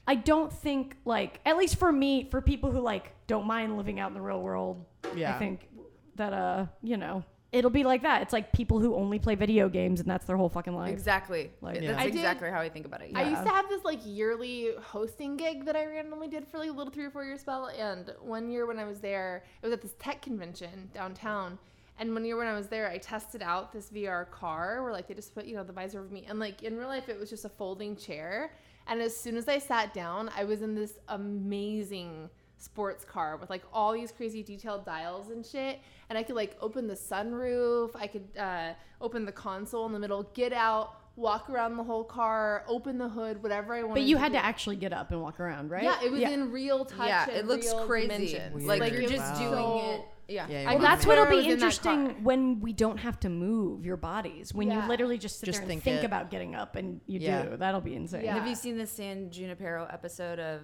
I don't think, like, at least for me, for people who like don't mind living out in the real world,
Yeah.
I think that, uh, you know, it'll be like that. It's like people who only play video games and that's their whole fucking life.
Exactly.
Like,
That's
I
did-
exactly how I think about it.
I
yeah.
used to have this like yearly hosting gig that I randomly did for like a little three or four year spell. And one year when I was there, it was at this tech convention downtown. And one year when I was there, I tested out this VR car where like they just put, you know, the visor over me. And like in real life, it was just a folding chair. And as soon as I sat down, I was in this amazing sports car with like all these crazy detailed dials and shit and i could like open the sunroof i could uh, open the console in the middle get out walk around the whole car open the hood whatever i wanted
But you had
do.
to actually get up and walk around, right?
yeah it was in real touch
Yeah,
and
it looks
real
crazy.
dimensions.
Like,
Like,
you're
it
just
was
doing
so-
it. Yeah.
I Well,
Yeah,
Well,
you're
Well,
right.
that's
that's
what'll
where I was
be
in that
interesting
car.
when we don't have to move your bodies. When
Yeah.
you literally just sit
Just
there and
think
think,
it.
about getting up, and you
Yeah.
do. That'll be insane.
Yeah.
Have you seen the San Junipero episode of?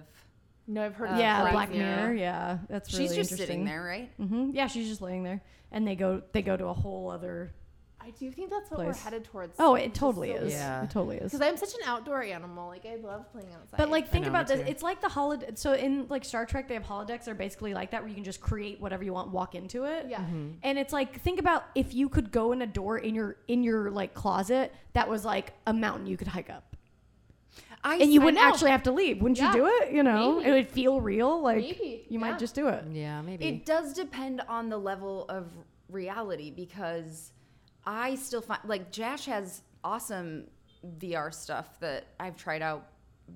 no i've heard
Uh,
of
Yeah,
Black
Black
Mirror.
Mirror. Yeah, that's really
She's just
interesting.
sitting there, right?
hmm Yeah, she's just laying there, and they go they go to a whole other.
i do think that's what
Place.
we're headed towards
Oh, it totally is.
Yeah.
it totally is.
because i'm such an outdoor animal like i love playing outside
But like, think
know, me
about this.
too.
It's like the holiday. So in like Star Trek, they have holodecks. They're basically like that, where you can just create whatever you want, walk into it.
yeah
Mm-hmm.
Mm-hmm.
And it's like, think about if you could go in a door in your in your like closet that was like a mountain you could hike up,
I
and you
I
wouldn't
know.
actually have to leave. Wouldn't
Yeah.
you do it? You know,
Maybe.
it would feel real. Like
Maybe,
you
yeah.
might just do it.
Yeah, maybe.
It does depend on the level of reality because I still find like Jash has awesome VR stuff that I've tried out,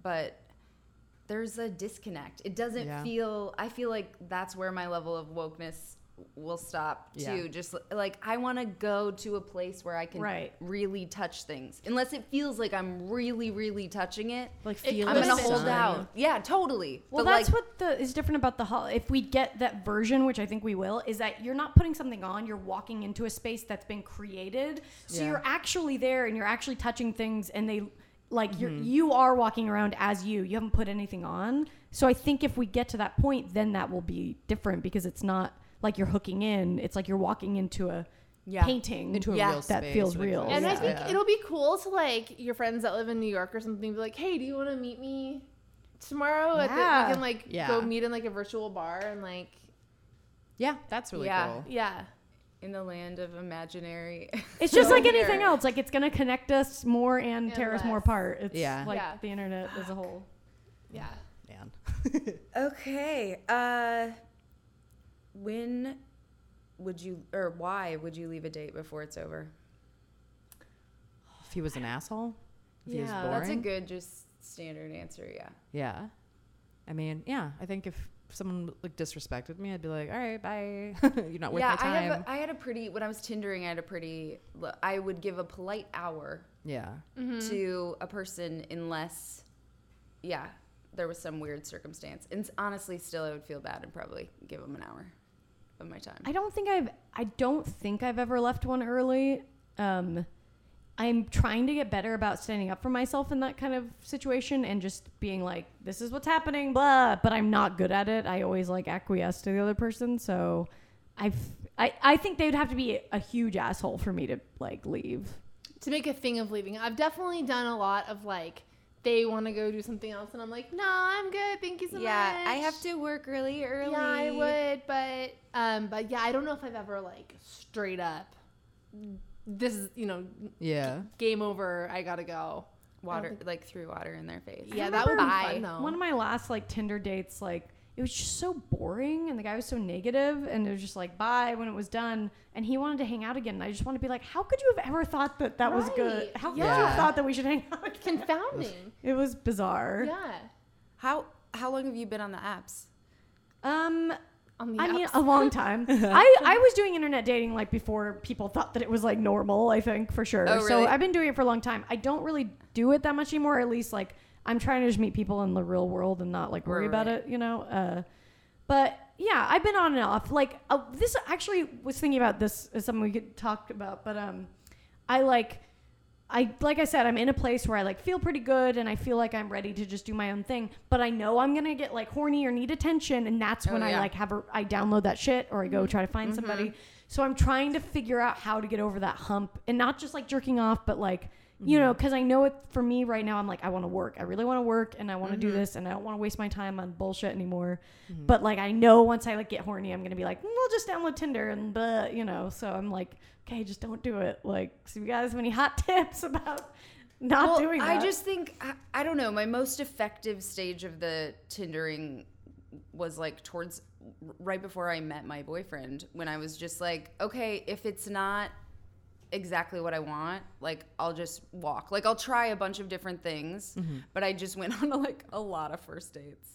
but there's a disconnect. It doesn't
Yeah.
feel. I feel like that's where my level of wokeness will stop too.
Yeah.
Just like I want to go to a place where I can
Right.
really touch things, unless it feels like I'm really, really touching it.
Like
It
feel.
I'm
could
the
gonna
have been.
hold
sun.
out. Yeah, totally.
Well,
But,
that's
like,
what the, is different about the hall. If we get that version, which I think we will, is that you're not putting something on. You're walking into a space that's been created, so
Yeah.
you're actually there and you're actually touching things, and they like you're you are walking around as you. You haven't put anything on. So I think if we get to that point, then that will be different because it's not like you're hooking in. It's like you're walking into a
Yeah.
painting.
into a
Yeah.
real
That
space
feels
with
real.
those-
And I
Yeah.
think it'll be cool to like your friends that live in New York or something be like, hey, do you want to meet me tomorrow? At the,
Yeah.
we can like
Yeah.
go meet in like a virtual bar and like,
yeah, that's really
Yeah.
cool.
yeah.
in the land of imaginary.
It's just
So
like anything
weird.
else. Like it's gonna connect us more and,
And
tear us more
less.
apart. It's
Yeah.
like
Yeah.
the internet as a whole.
Yeah.
Man.
Okay. Uh, when would you or why would you leave a date before it's over?
If he was an asshole, if he was
yeah,
boring.
that's a good just standard answer. Yeah.
yeah. I mean, yeah, I think if someone like disrespected me, I'd be like, all right, bye. [laughs] You're not worth
yeah,
my
I
time.
have. A, I had a pretty when I was tindering. I had a pretty. l- I would give a polite hour
yeah.
Mm-hmm.
to a person unless, yeah, there was some weird circumstance. And s- honestly, still, I would feel bad and probably give them an hour of my time.
I don't think I've I don't think I've ever left one early. Um, I'm trying to get better about standing up for myself in that kind of situation and just being like, this is what's happening, blah. But I'm not good at it. I always like acquiesce to the other person, so I've I, I think they would have to be a huge asshole for me to like leave.
To make a thing of leaving. I've definitely done a lot of like, they want to go do something else. And I'm like, nah, I'm good. Thank you so much.
yeah, I have to work really early.
Yeah, I would. But, um, but yeah, I don't know if I've ever like straight up, this is, you know,
Yeah.
game over. I got to go.
Water like threw water in their face.
Yeah, that would be
remember
fun though.
One of my last like Tinder dates, like it was just so boring, and the guy was so negative, and it was just like bye when it was done, and he wanted to hang out again, and I just wanted to be like, how could you have ever thought that that was good?
Right,
How could you
yeah.
have thought that we should hang out? again?
Confounding.
It was bizarre.
yeah.
How how long have you been on the apps?
Um,
On the
I mean,
apps.
a
[laughs]
long time. I I was doing internet dating like before people thought that it was like normal. I think for sure.
Oh, really?
So I've been doing it for a long time. I don't really do it that much anymore. At least like I'm trying to just meet people in the real world and not like worry
Right,
about
right.
it. You know. Uh, but yeah, I've been on and off. Like uh, this actually was thinking about this as something we could talk about. But um, I like. I like I said, I'm in a place where I like feel pretty good and I feel like I'm ready to just do my own thing. But I know I'm gonna get like horny or need attention, and that's
Oh,
when
yeah. Mm-hmm.
I like have a I download that shit or I go try to find somebody. So I'm trying to figure out how to get over that hump and not just like jerking off, but like
Mm-hmm.
You know, because I know it for me right now. I'm like, I want to work. I really want to work, and I want to
Mm-hmm.
do this, and I don't want to waste my time on bullshit anymore. But like, I know once I like get horny, I'm gonna be like, "Mm, we'll just download Tinder and blah, you know. So I'm like, okay, just don't do it. Like, so you guys have any hot [laughs] tips about not
well,
doing?
I
that?
just think I, I don't know. My most effective stage of the Tindering was like towards right before I met my boyfriend, when I was just like, okay, if it's not exactly what I want, like I'll just walk. Like I'll try a bunch of different things,
Mm-hmm.
but I just went [laughs] on like a lot of first dates.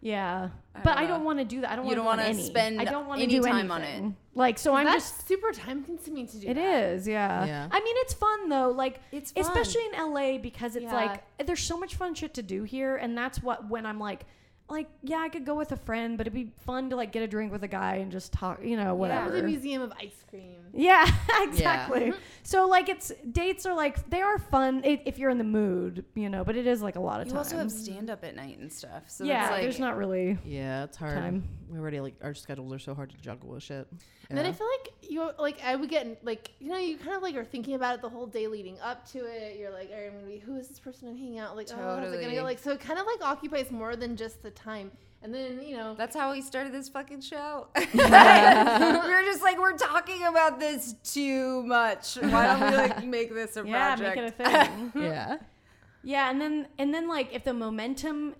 Yeah, but I
dunno.
don't want to do that. I don't
You
want to
don't
want
wanna
to
spend
I don't want to
any
do
time on
anything. Like, so oh, I'm
That's
just.
super time consuming to do.
It
that.
is, yeah.
Yeah.
I mean, it's fun though. Like,
It's fun.
especially in LA because it's
Yeah.
like there's so much fun shit to do here, and that's what when I'm like, like, yeah, I could go with a friend, but it'd be fun to like get a drink with a guy and just talk, you know,
Yeah,
whatever.
the museum of ice cream.
Yeah, [laughs] exactly.
Mm-hmm.
So like, it's dates are like they are fun i- if you're in the mood, you know. But it is like a lot of
You
time.
also have stand up at night and stuff. So
yeah,
that's like,
there's not really.
Yeah, it's hard.
Time.
We already like our schedules are so hard to juggle with shit.
And then
Yeah.
I feel like you like I would get like you know you kind of like are thinking about it the whole day leading up to it. You're like, all right, I'm gonna be who is this person I'm hanging out like oh, how's it gonna
Totally.
go like so it kind of like occupies more than just the time. And then you know
That's how we started this fucking
[laughs]
show. [laughs] we were just like, we're talking about this too much. Why don't we
[laughs]
like make this a
Yeah,
project?
make it a
[laughs]
thing.
yeah.
Yeah, and then and then like if the momentum,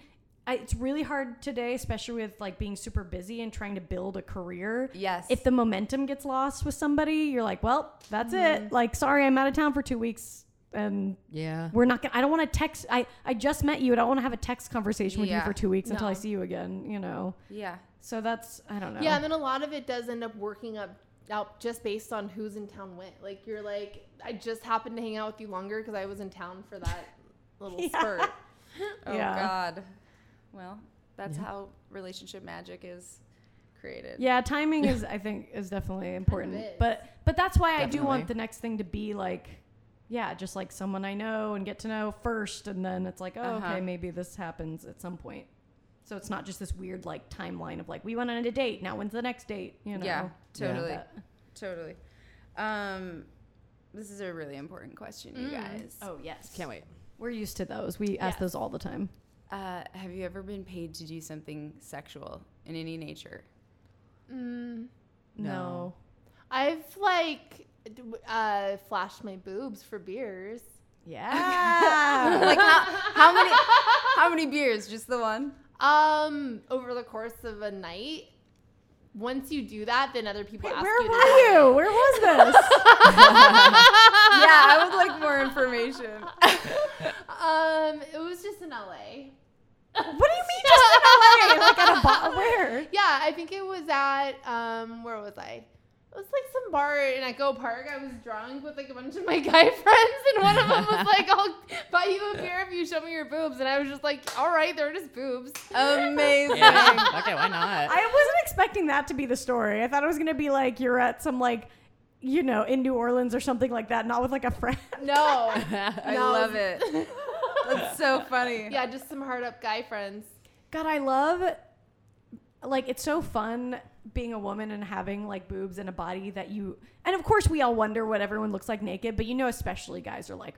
I, it's really hard today, especially with like being super busy and trying to build a career.
Yes.
If the momentum gets lost with somebody, you're like, well, that's
Mm-hmm.
it. Like, sorry, I'm out of town for two weeks, and
Yeah.
we're not gonna. I don't want to text. I I just met you. I don't want to have a text conversation with
Yeah.
you for two weeks until I
No.
see you again. You know.
yeah.
So that's I don't know.
yeah, and then a lot of it does end up working up out just based on who's in town when. Like you're like I just happened to hang out with you longer because I was in town for that little
Yeah.
spurt.
Oh,
Yeah.
God. Well, that's how relationship magic is created.
Yeah, timing is I think is definitely important.
is.
But but that's why I do
Definitely.
want the next thing to be like yeah, just like someone I know and get to know first and then it's like, oh,
Uh-huh.
okay, maybe this happens at some point. So it's not just this weird like timeline of like we went on a date, now when's the next date, you know.
Yeah,
Yeah.
totally.
But-
Totally. Um, this is a really important question, you guys.
Oh, yes.
Can't wait.
We're used to those. We ask those all the time.
Uh, have you ever been paid to do something sexual in any nature?
Mm.
No.
[laughs] No.
I've like d- uh, flashed my boobs for beers.
Yeah.
[laughs] like how, how many how many beers? Just the one?
Um, over the course of a night. Once you do that, then other people ask
Where
you. to do it.
were you? Where was this?
yeah, I would like more information.
Um, it was just in LA.
what do you
[laughs]
mean [laughs] just in LA? Like at a bar? Where?
Yeah, I think it was at um, where was I? It was like some bar in Echo Park. I was drunk with like a bunch of my [laughs] guy friends, and one of them was like, "I'll buy you a beer if you show me your boobs," and I was just like, "All right, they're just boobs."
Oh,
Amazing.
Yeah. [laughs] okay, why not?
I wasn't expecting that to be the story. I thought it was gonna be like you're at some like, you know, in New Orleans or something like that, not with like a friend. [laughs]
No,
I
No.
love it. That's so
[laughs]
funny.
[laughs] yeah, just some hard up guy friends.
God, I love like it's so fun being a woman and having like boobs and a body that you and of course we all wonder what everyone looks like naked, but you know especially guys are like,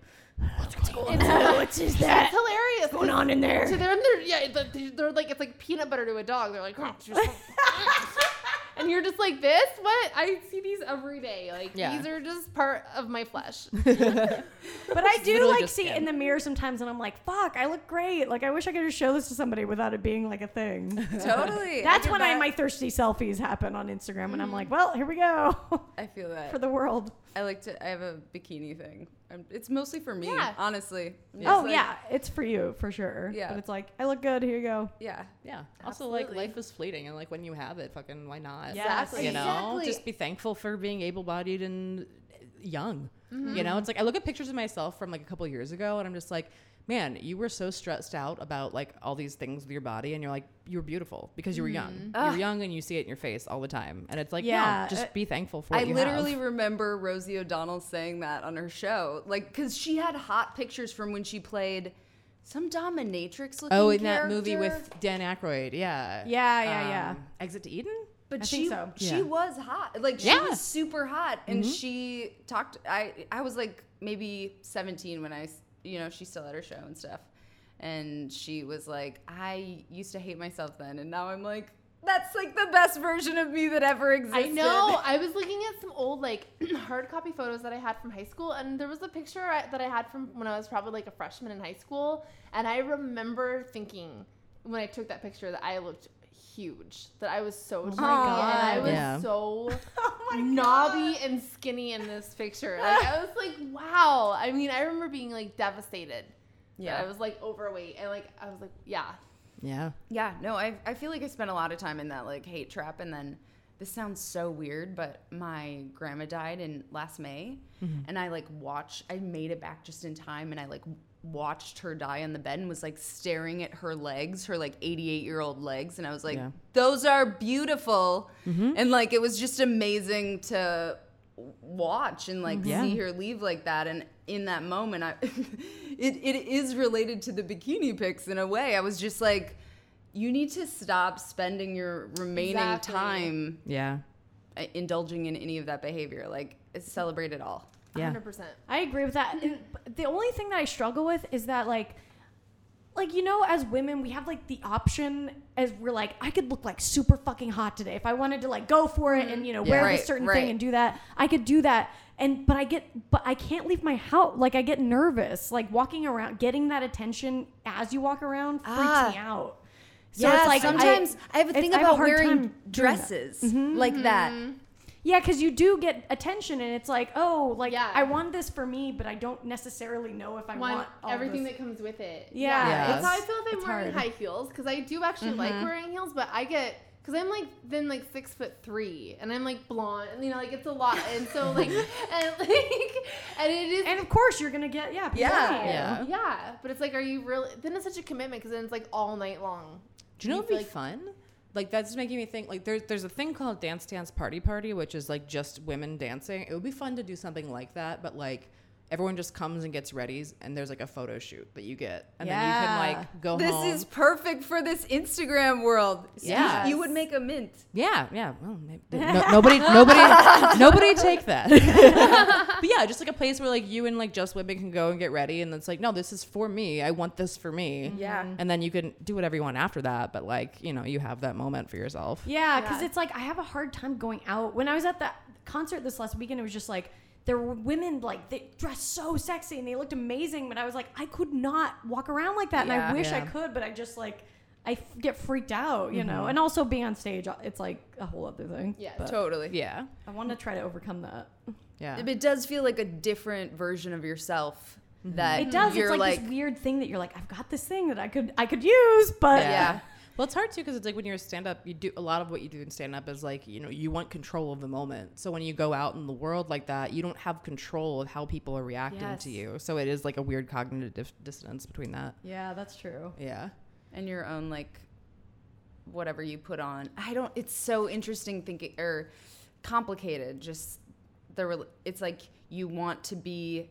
What's going on? What is
It's
that?
hilarious.
What's going on in there? [laughs]
So they're in there, yeah, they're, they're like, it's like peanut butter to a dog. They're like, oh, just- and you're just like, this? What? I see these every day. Like,
Yeah.
these are just part of my flesh.
But I do
literally
like
just
see it in
skin.
the mirror sometimes and I'm like, fuck, I look great. Like I wish I could just show this to somebody without it being like a thing.
Totally.
That's
get
when
that.
I
Mm.
my thirsty selfies happen on Instagram and I'm like, well, here we go. [laughs]
I feel that.
for the world.
I like to. I have a bikini thing. i it's mostly for me,
Yeah.
honestly.
Oh
It's like-
yeah, it's for you for sure.
Yeah.
but it's like I look good. Here you go.
yeah.
Yeah. Also, like
Absolutely.
life is fleeting, and like when you have it, fucking why not?
Exactly.
You know,
Exactly.
just be thankful for being able-bodied and uh, young. You know, it's like I look at pictures of myself from like a couple years ago, and I'm just like, man, you were so stressed out about like all these things with your body, and you're like, you were beautiful because you were young. You're young, and you see it in your face all the time, and it's like, yeah,
Yeah, uh,
just be thankful for. What
I
you
literally
have.
remember Rosie O'Donnell saying that on her show, like, because she had hot pictures from when she played some dominatrix looking.
Oh, in that movie
character.
with Dan Aykroyd, yeah, Um,
Yeah, yeah, yeah.
Exit to Eden.
I
But
think
she
so.
she
Yeah.
was hot. Like she
Yeah.
was super hot and she talked I I was like maybe 17 when I s- you know, she still at her show and stuff. And she was like, "I used to hate myself then and now I'm like that's like the best version of me that ever
I
existed."
know. I was looking at some old like [clears throat] hard copy photos that I had from high school, and there was a picture I, that I had from when I was probably like a freshman in high school, and I remember thinking when I took that picture that I looked huge, that I was so
Oh
tiny, and I
God.
was
[laughs]
Yeah.
so knobby and skinny in this
[laughs]
picture. Like I was like, wow. I mean, I remember being like devastated.
[laughs]
Yeah,
Yeah.
I was like overweight, and like I was like, yeah,
Yeah.
Yeah, no, I I feel like I spent a lot of time in that like hate trap and then this sounds so weird, but my grandma died in last May and I like watched I made it back just in time and I like watched her die on the bed and was like staring at her legs, her like 88-year-old legs and I was like
Yeah.
those are beautiful. And like it was just amazing to watch and like
Yeah.
see her leave like that and in that moment I [laughs] it, it is related to the bikini pics in a way. I was just like you need to stop spending your remaining
Exactly.
time
Yeah.
uh, indulging in any of that behavior. Like celebrate it all.
Yeah.
hundred percent.
I agree with that. And the only thing that I struggle with is that like like you know as women we have like the option as we're like I could look like super fucking hot today if I wanted to like go for it and you know
Mm-hmm. Yeah.
wear
Right,
this certain
right.
thing and do that. I could do that. And but I get but I can't leave my house like I get nervous like walking around getting that attention as you walk around freaks
Ah.
me out. So
yeah,
it's like I-
sometimes I, have a
it's-
thing
I have a
about
hard time
wearing
doing that. Mm-hmm.
dresses like that.
Yeah, because you do get attention, and it's like, oh, like
Yeah.
I want this for me, but I don't necessarily know if I want,
want,
all
everything
this.
that comes with it.
Yeah.
Yeah. Mm-hmm.
that's how I feel if I'm
It's
wearing
hard.
high heels because I do actually like wearing heels, but I get because I'm like then like six foot three and I'm like blonde, and you know, like it's a lot, and so
[laughs]
like and like and it is.
And of course, you're gonna get yeah, people
Yeah.
at you.
Yeah.
yeah, but it's like, are you really? Then it's such a commitment because then it's like all night long.
Do you know
You
what'd be
feel like-
fun? Like that's just making me think. Like there's there's a thing called Dance Dance Party Party, which is like just women dancing. It would be fun to do something like that, but like everyone just comes and gets ready, and there's like a photo shoot that you get, and then you
Yeah.
can like go
This
home.
is perfect for this Instagram world.
Yeah.
You, you would make a mint.
yeah, yeah. Well,
[laughs]
maybe, no, nobody, nobody, nobody take that. [laughs] but yeah, just like a place where like you and like just women can go and get ready, and it's like, no, this is for me. I want this for me.
Yeah.
And then you can do whatever you want after that, but like you know, you have that moment for yourself.
Yeah, because
Yeah.
it's like I have a hard time going out. When I was at that concert this last weekend, it was just like there were women like they dressed so sexy and they looked amazing, but I was like, I could not walk around like that,
Yeah.
and I wish I
Yeah.
could, but I just like I f- get freaked out, you know. And also being on stage, it's like a whole other thing.
Yeah.
but
Totally.
Yeah.
I want to try to overcome that.
Yeah.
It does feel like a different version of yourself that
It does.
you're
it's like,
like
this weird thing that you're like, I've got this thing that I could I could use, but
Yeah.
Uh, Well, it's hard too because it's like when you're a stand up, you do a lot of what you do in stand up is like, you know, you want control of the moment. So when you go out in the world like that, you don't have control of how people are reacting
Yes.
to you. So it is like a weird cognitive dis- dissonance between that.
yeah, that's true.
Yeah.
and your own like whatever you put on. I don't. It's so interesting thinking or complicated. Just the rel- it's like you want to be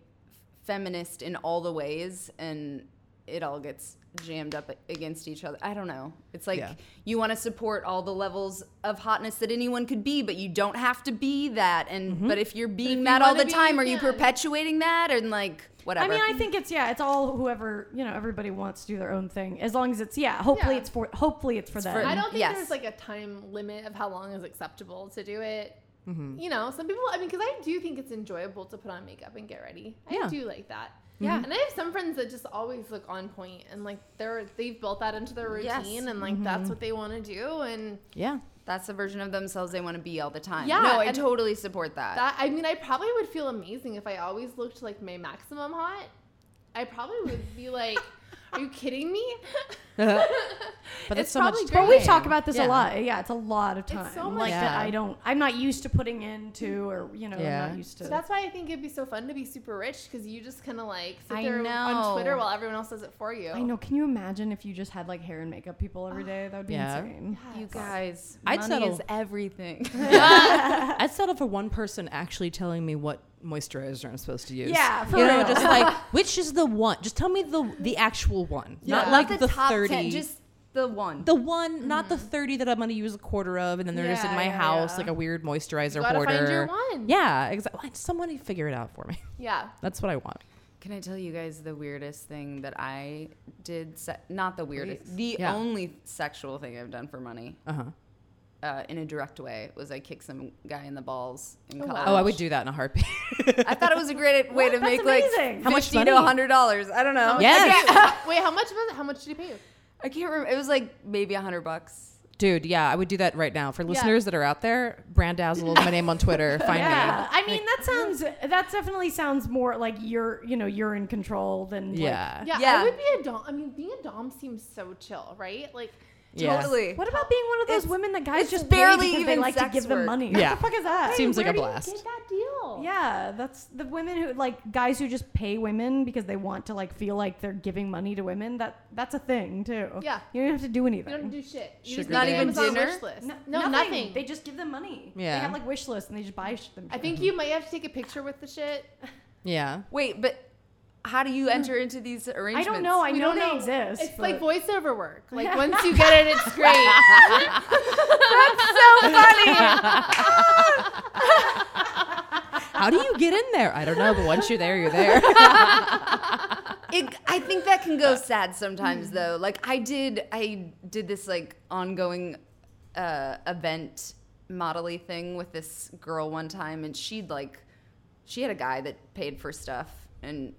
feminist in all the ways, and it all gets jammed up against each other. I don't know. It's like
Yeah.
you want to support all the levels of hotness that anyone could be, but you don't have to be that. And but if you're being
you
that all
wanna
the
be,
time,
you
are you
can.
perpetuating that? And like whatever.
I mean, I think it's yeah, it's all whoever you know. Everybody wants to do their own thing as long as it's yeah. Hopefully,
Yeah.
it's for hopefully it's for them.
I don't think
Yes.
there's like a time limit of how long is acceptable to do it. You know, some people. I mean, because I do think it's enjoyable to put on makeup and get ready. I
Yeah.
do like that. Yeah, and I have some friends that just always look on point, and like they're they've built that into their routine,
Yes.
and like that's what they want to do. And
Yeah.
That's the version of themselves they want to be all the time.
Yeah,
no, I
and-
totally support that.
that I mean, I probably would feel amazing if I always looked like my maximum hot. I probably would be like, "Are you kidding me?"
[laughs] but
It's
that's so much.
probably
But
great.
we
Same.
talk about this
Yeah.
a lot. Yeah, it's a lot of time.
It's so much
like that
Yeah.
I don't. I'm not used to putting into or you know.
Yeah.
I'm not used to.
So that's why I think it'd be so fun to be super rich because you just kind of like sit
I
there
know.
on Twitter while everyone else does it for you.
I know. Can you imagine if you just had like hair and makeup people every day? That would be
Yeah.
insane.
You guys,
I'd
money
settle.
is [laughs] everything.
I'd settle for one person actually telling me what moisturizer I'm supposed to use.
Yeah, for
you know,
real. [laughs]
just like which is the one. Just tell me the the actual one,
Yeah.
not like
the,
the,
top
thirty.
ten. Just The one.
The one, not the 30 that I'm going to use a quarter of, and then they're just in
Yeah,
my
yeah,
house
yeah.
like a weird moisturizer
gotta
hoarder.
find your one.
Yeah, exactly. Somebody figure it out for me. [laughs]
Yeah.
That's what I want.
Can I tell you guys the weirdest thing that I did? Se- not the weirdest. The
Yeah.
only sexual thing I've done for money
Uh huh.
uh, in a direct way was I kicked some guy in the balls in
Oh, wow.
college.
Oh, I would do that in a heartbeat. [laughs]
I thought it was a [laughs] great way to
That's
make
amazing.
like
How
much
fifty to
money?
hundred dollars. I don't know.
yes.
Okay, [laughs] Wait, how much was it? How much did he pay you?
I can't remember. It was like maybe a hundred bucks.
Dude, yeah, I would do that right now. For listeners that are out there, Brandazzle is my name on Twitter. Find me.
Yeah, I mean that sounds that definitely sounds more like you're you know you're in control than like-
Uh, Yeah.
Yeah,
Yeah.
I would be a dom. I mean, being a dom seems so chill, right? Like,
Yeah.
Totally.
what about being one of those
It's-
women that guys
it's
just
barely
barely because they
even
like to
sex
give them
work.
money?
Yeah.
What the fuck is that?
Seems like
where
a
do you
blast.
Get that deal.
Yeah, that's the women who like guys who just pay women because they want to like feel like they're giving money to women. That that's a thing too.
Yeah.
you don't have to do
You
anything.
don't do shit. You
Sugar
just not
daddy.
even
Amazon
dinner.
wish
List.
No,
No, nothing.
They just give them money.
Yeah.
they have like wish lists and they just buy sh- them.
I think you might have to take a picture with the shit.
Yeah.
Wait, but how do you enter into these
I
arrangements?
don't know. I
We
know
don't
they exist.
It's like
but-
voiceover work. Like once you get it, it's great.
So funny.
How do you get in there? I don't know, but once you're there, you're there.
it, I think that can [laughs] go sad sometimes though. Like I did, I did this like ongoing uh, event modelly thing with this girl one time, and she'd like, she had a guy that paid for stuff, and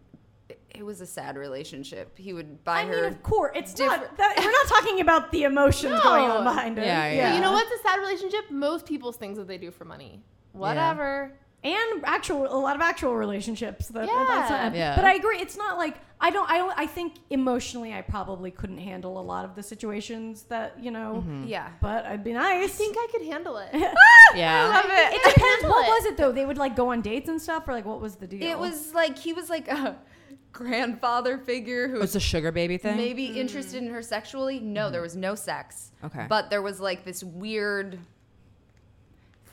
it, it was a sad relationship. He would buy
I
her.
mean, of course, it's
different-
not. That, we're not talking about the emotions
No.
going on behind it.
Yeah, yeah.
You know what's a sad relationship? Most people's things that they do for money. Whatever.
and actual a lot of actual relationships that,
Yeah.
that's not,
Yeah.
but i agree it's not like i don't i don't i think emotionally i probably couldn't handle a lot of the situations that you know
yeah.
but i'd be nice
I think I could handle [laughs] it.
yeah.
it.
it depends what [laughs] was it though they would like go on dates and stuff or like what was the deal
It was like he was like a [laughs] grandfather figure who
It's a sugar baby thing.
maybe interested in her sexually. No, there was no sex.
Okay.
But there was like this weird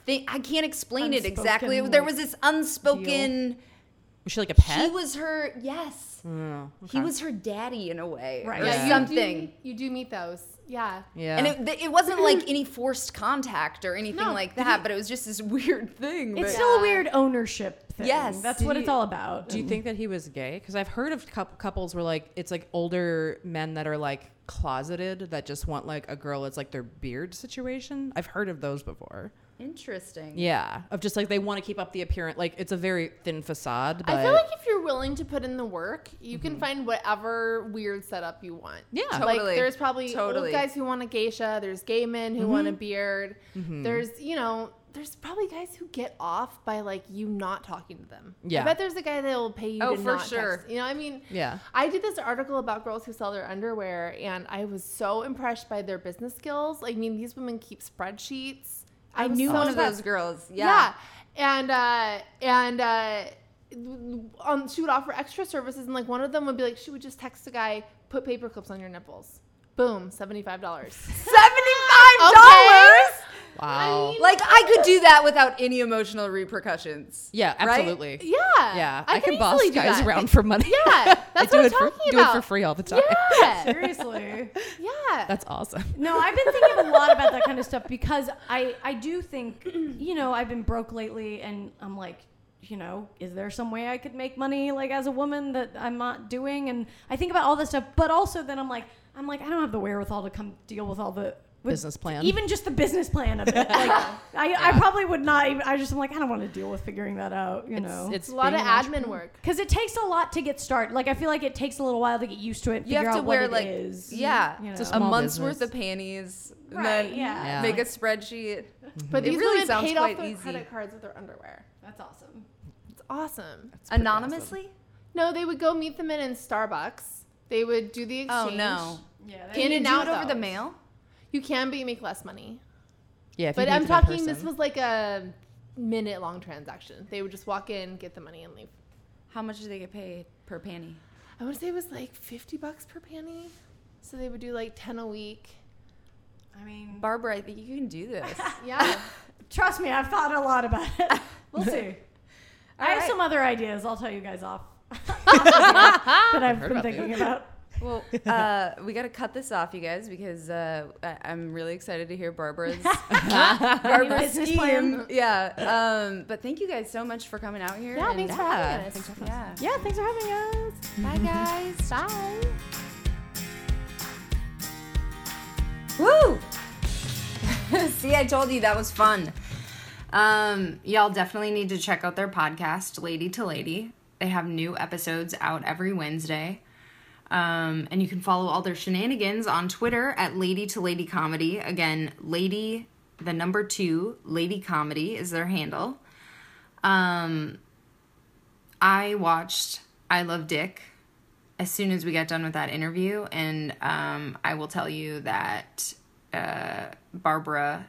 thing. I can't explain it
Unspoken,
exactly. there
like,
was this unspoken.
Was she like a
He
pet?
was her. Yes.
Oh,
He
okay.
was her daddy in a way,
Right.
or
Yeah,
you
something.
Do, you do meet those. Yeah.
Yeah.
And it, th- it wasn't like any forced contact or anything
No,
like that, but it was just this [laughs] weird thing.
it's
that-
still a weird ownership thing
Yes.
that's
Did
what
you-
it's all about
Do you think that he was gay? Because I've heard of coup couples where like it's like older men that are like closeted that just want like a girl that's like their beard situation. I've heard of those before.
interesting.
Yeah, of just like they want to keep up the appearance. Like it's a very thin facade. But
I feel like if you're willing to put in the work, you can find whatever weird setup you want.
Mm-hmm. Yeah.
Like
Totally.
there's probably
Totally.
old guys who want a geisha. There's gay men who want a
Mm-hmm.
beard.
Mm-hmm.
There's you know there's probably guys who get off by like you not talking to them.
Yeah.
I bet there's a guy that will pay you.
Oh,
to
for
not
sure.
text. You know I mean.
Yeah.
I did this article about girls who sell their underwear, and I was so impressed by their business skills. I mean, these women keep spreadsheets.
I
was
knew
so
one of
impressed.
those girls.
Yeah. And uh and uh um, she would offer extra services and like one of them would be like she would just text a guy, put paper clips on your nipples. Boom, seventy-five dollars. [laughs]
$75?
wow.
mean-
Like I could do that without any emotional repercussions.
yeah,
right?
absolutely.
Yeah.
Yeah, I, can,
could
boss
easily do
guys
that.
around for money.
Yeah,
[laughs] I
that's
do
what I'm
it for,
talking
do it for
about.
free all the time.
[laughs] Yeah.
[laughs] seriously
[laughs] yeah.
[laughs] That's awesome.
No, I've been thinking a lot about that kind of stuff because I I do think you know I've been broke lately, and I'm like, you know, is there some way I could make money like as a woman that I'm not doing? And I think about all this stuff, but also then I'm like, I'm like, I don't have the wherewithal to come deal with all the. With
Business plan.
even just the business
[laughs]
plan of it. Like, I, I probably would not. Even, I just am like, I don't want to deal with figuring that out. You know,
it's, it's
a lot of
being-
admin work.
because it takes a lot to get started. Like, I feel like it takes a little while to get used to it.
You
figure
have to
out what
wear
it
like
is,
yeah,
you know.
Just
a
Small
month's
business.
worth of panties, and
Right,
then
yeah.
Yeah.
make a spreadsheet.
But
It
these
really
really women
sounds
paid off
quite
their
easy.
credit cards with their underwear.
that's awesome.
It's awesome.
Anonymously?
No, they would go meet the men in Starbucks. They would do the
Oh
exchange.
no.
Yeah,
In
Can you
and
do
out
it over the
those.
mail?
You can, but you make less money.
Yeah, if you
But
meet
I'm
that
talking.
person.
This was like a minute long transaction. They would just walk in, get the money, and leave.
How much do they get paid per panty?
I want to say it was like 50 bucks per panty. So they would do like 10 a week.
I mean,
Barbara, I think you can do
[laughs]
this.
[laughs] Yeah.
Trust me, I've thought a lot about it. [laughs] We'll see. I have
right.
[laughs] some other ideas. I'll tell you guys off. that I've
heard
been
about
thinking about.
Well, uh, we got to cut this off, you guys, because uh, I- I'm really excited to hear
[laughs]
Barbara's Barbara's
business
scheme.
plan.
Yeah, um, but thank you guys so much for coming out here.
Yeah,
and-
thanks for having us.
thanks for having us.
Yeah, thanks for having us.
Bye, guys. Bye.
Woo! [laughs] See, I told you that was fun. Um, y'all definitely need to check out their podcast, Lady to Lady. They have new episodes out every Wednesday. Um, and you can follow all their shenanigans on Twitter at Lady to Lady Comedy. Again, Lady, the number two, Lady Comedy is their handle. Um, I watched I Love Dick as soon as we got done with that interview, and um, I will tell you that uh, Barbara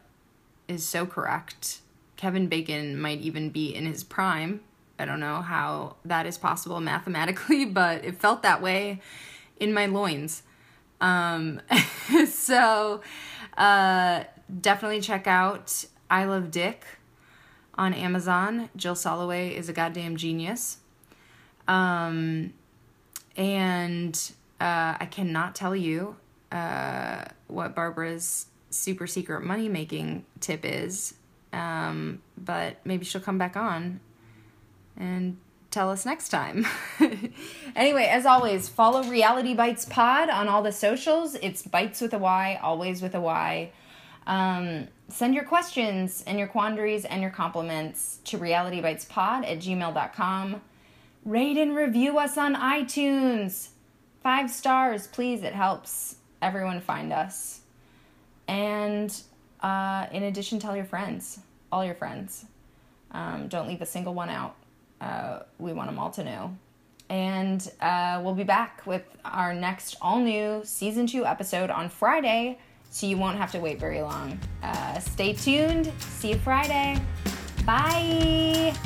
is so correct. Kevin Bacon might even be in his prime. I don't know how that is possible mathematically, [laughs] but it felt that way in my loins. Um, [laughs] so uh, definitely check out I Love Dick on Amazon. Jill Soloway is a goddamn genius. Um, and uh, I cannot tell you uh, what Barbara's super secret money making tip is, um, but maybe she'll come back on and tell us next time. [laughs] anyway, as always, follow Reality Bites Pod on all the socials. It's Bites with a Y, always with a Y. Um, send your questions and your quandaries and your compliments to realitybitespod at gmail.com. Rate and review us on iTunes. Five stars, please. It helps everyone find us. And uh, in addition, tell your friends, all your friends. Um, don't leave a single one out. Uh, we want them all to know. And uh, we'll be back with our next all new season two episode on Friday, so you won't have to wait very long. Uh, stay tuned. See you Friday. Bye.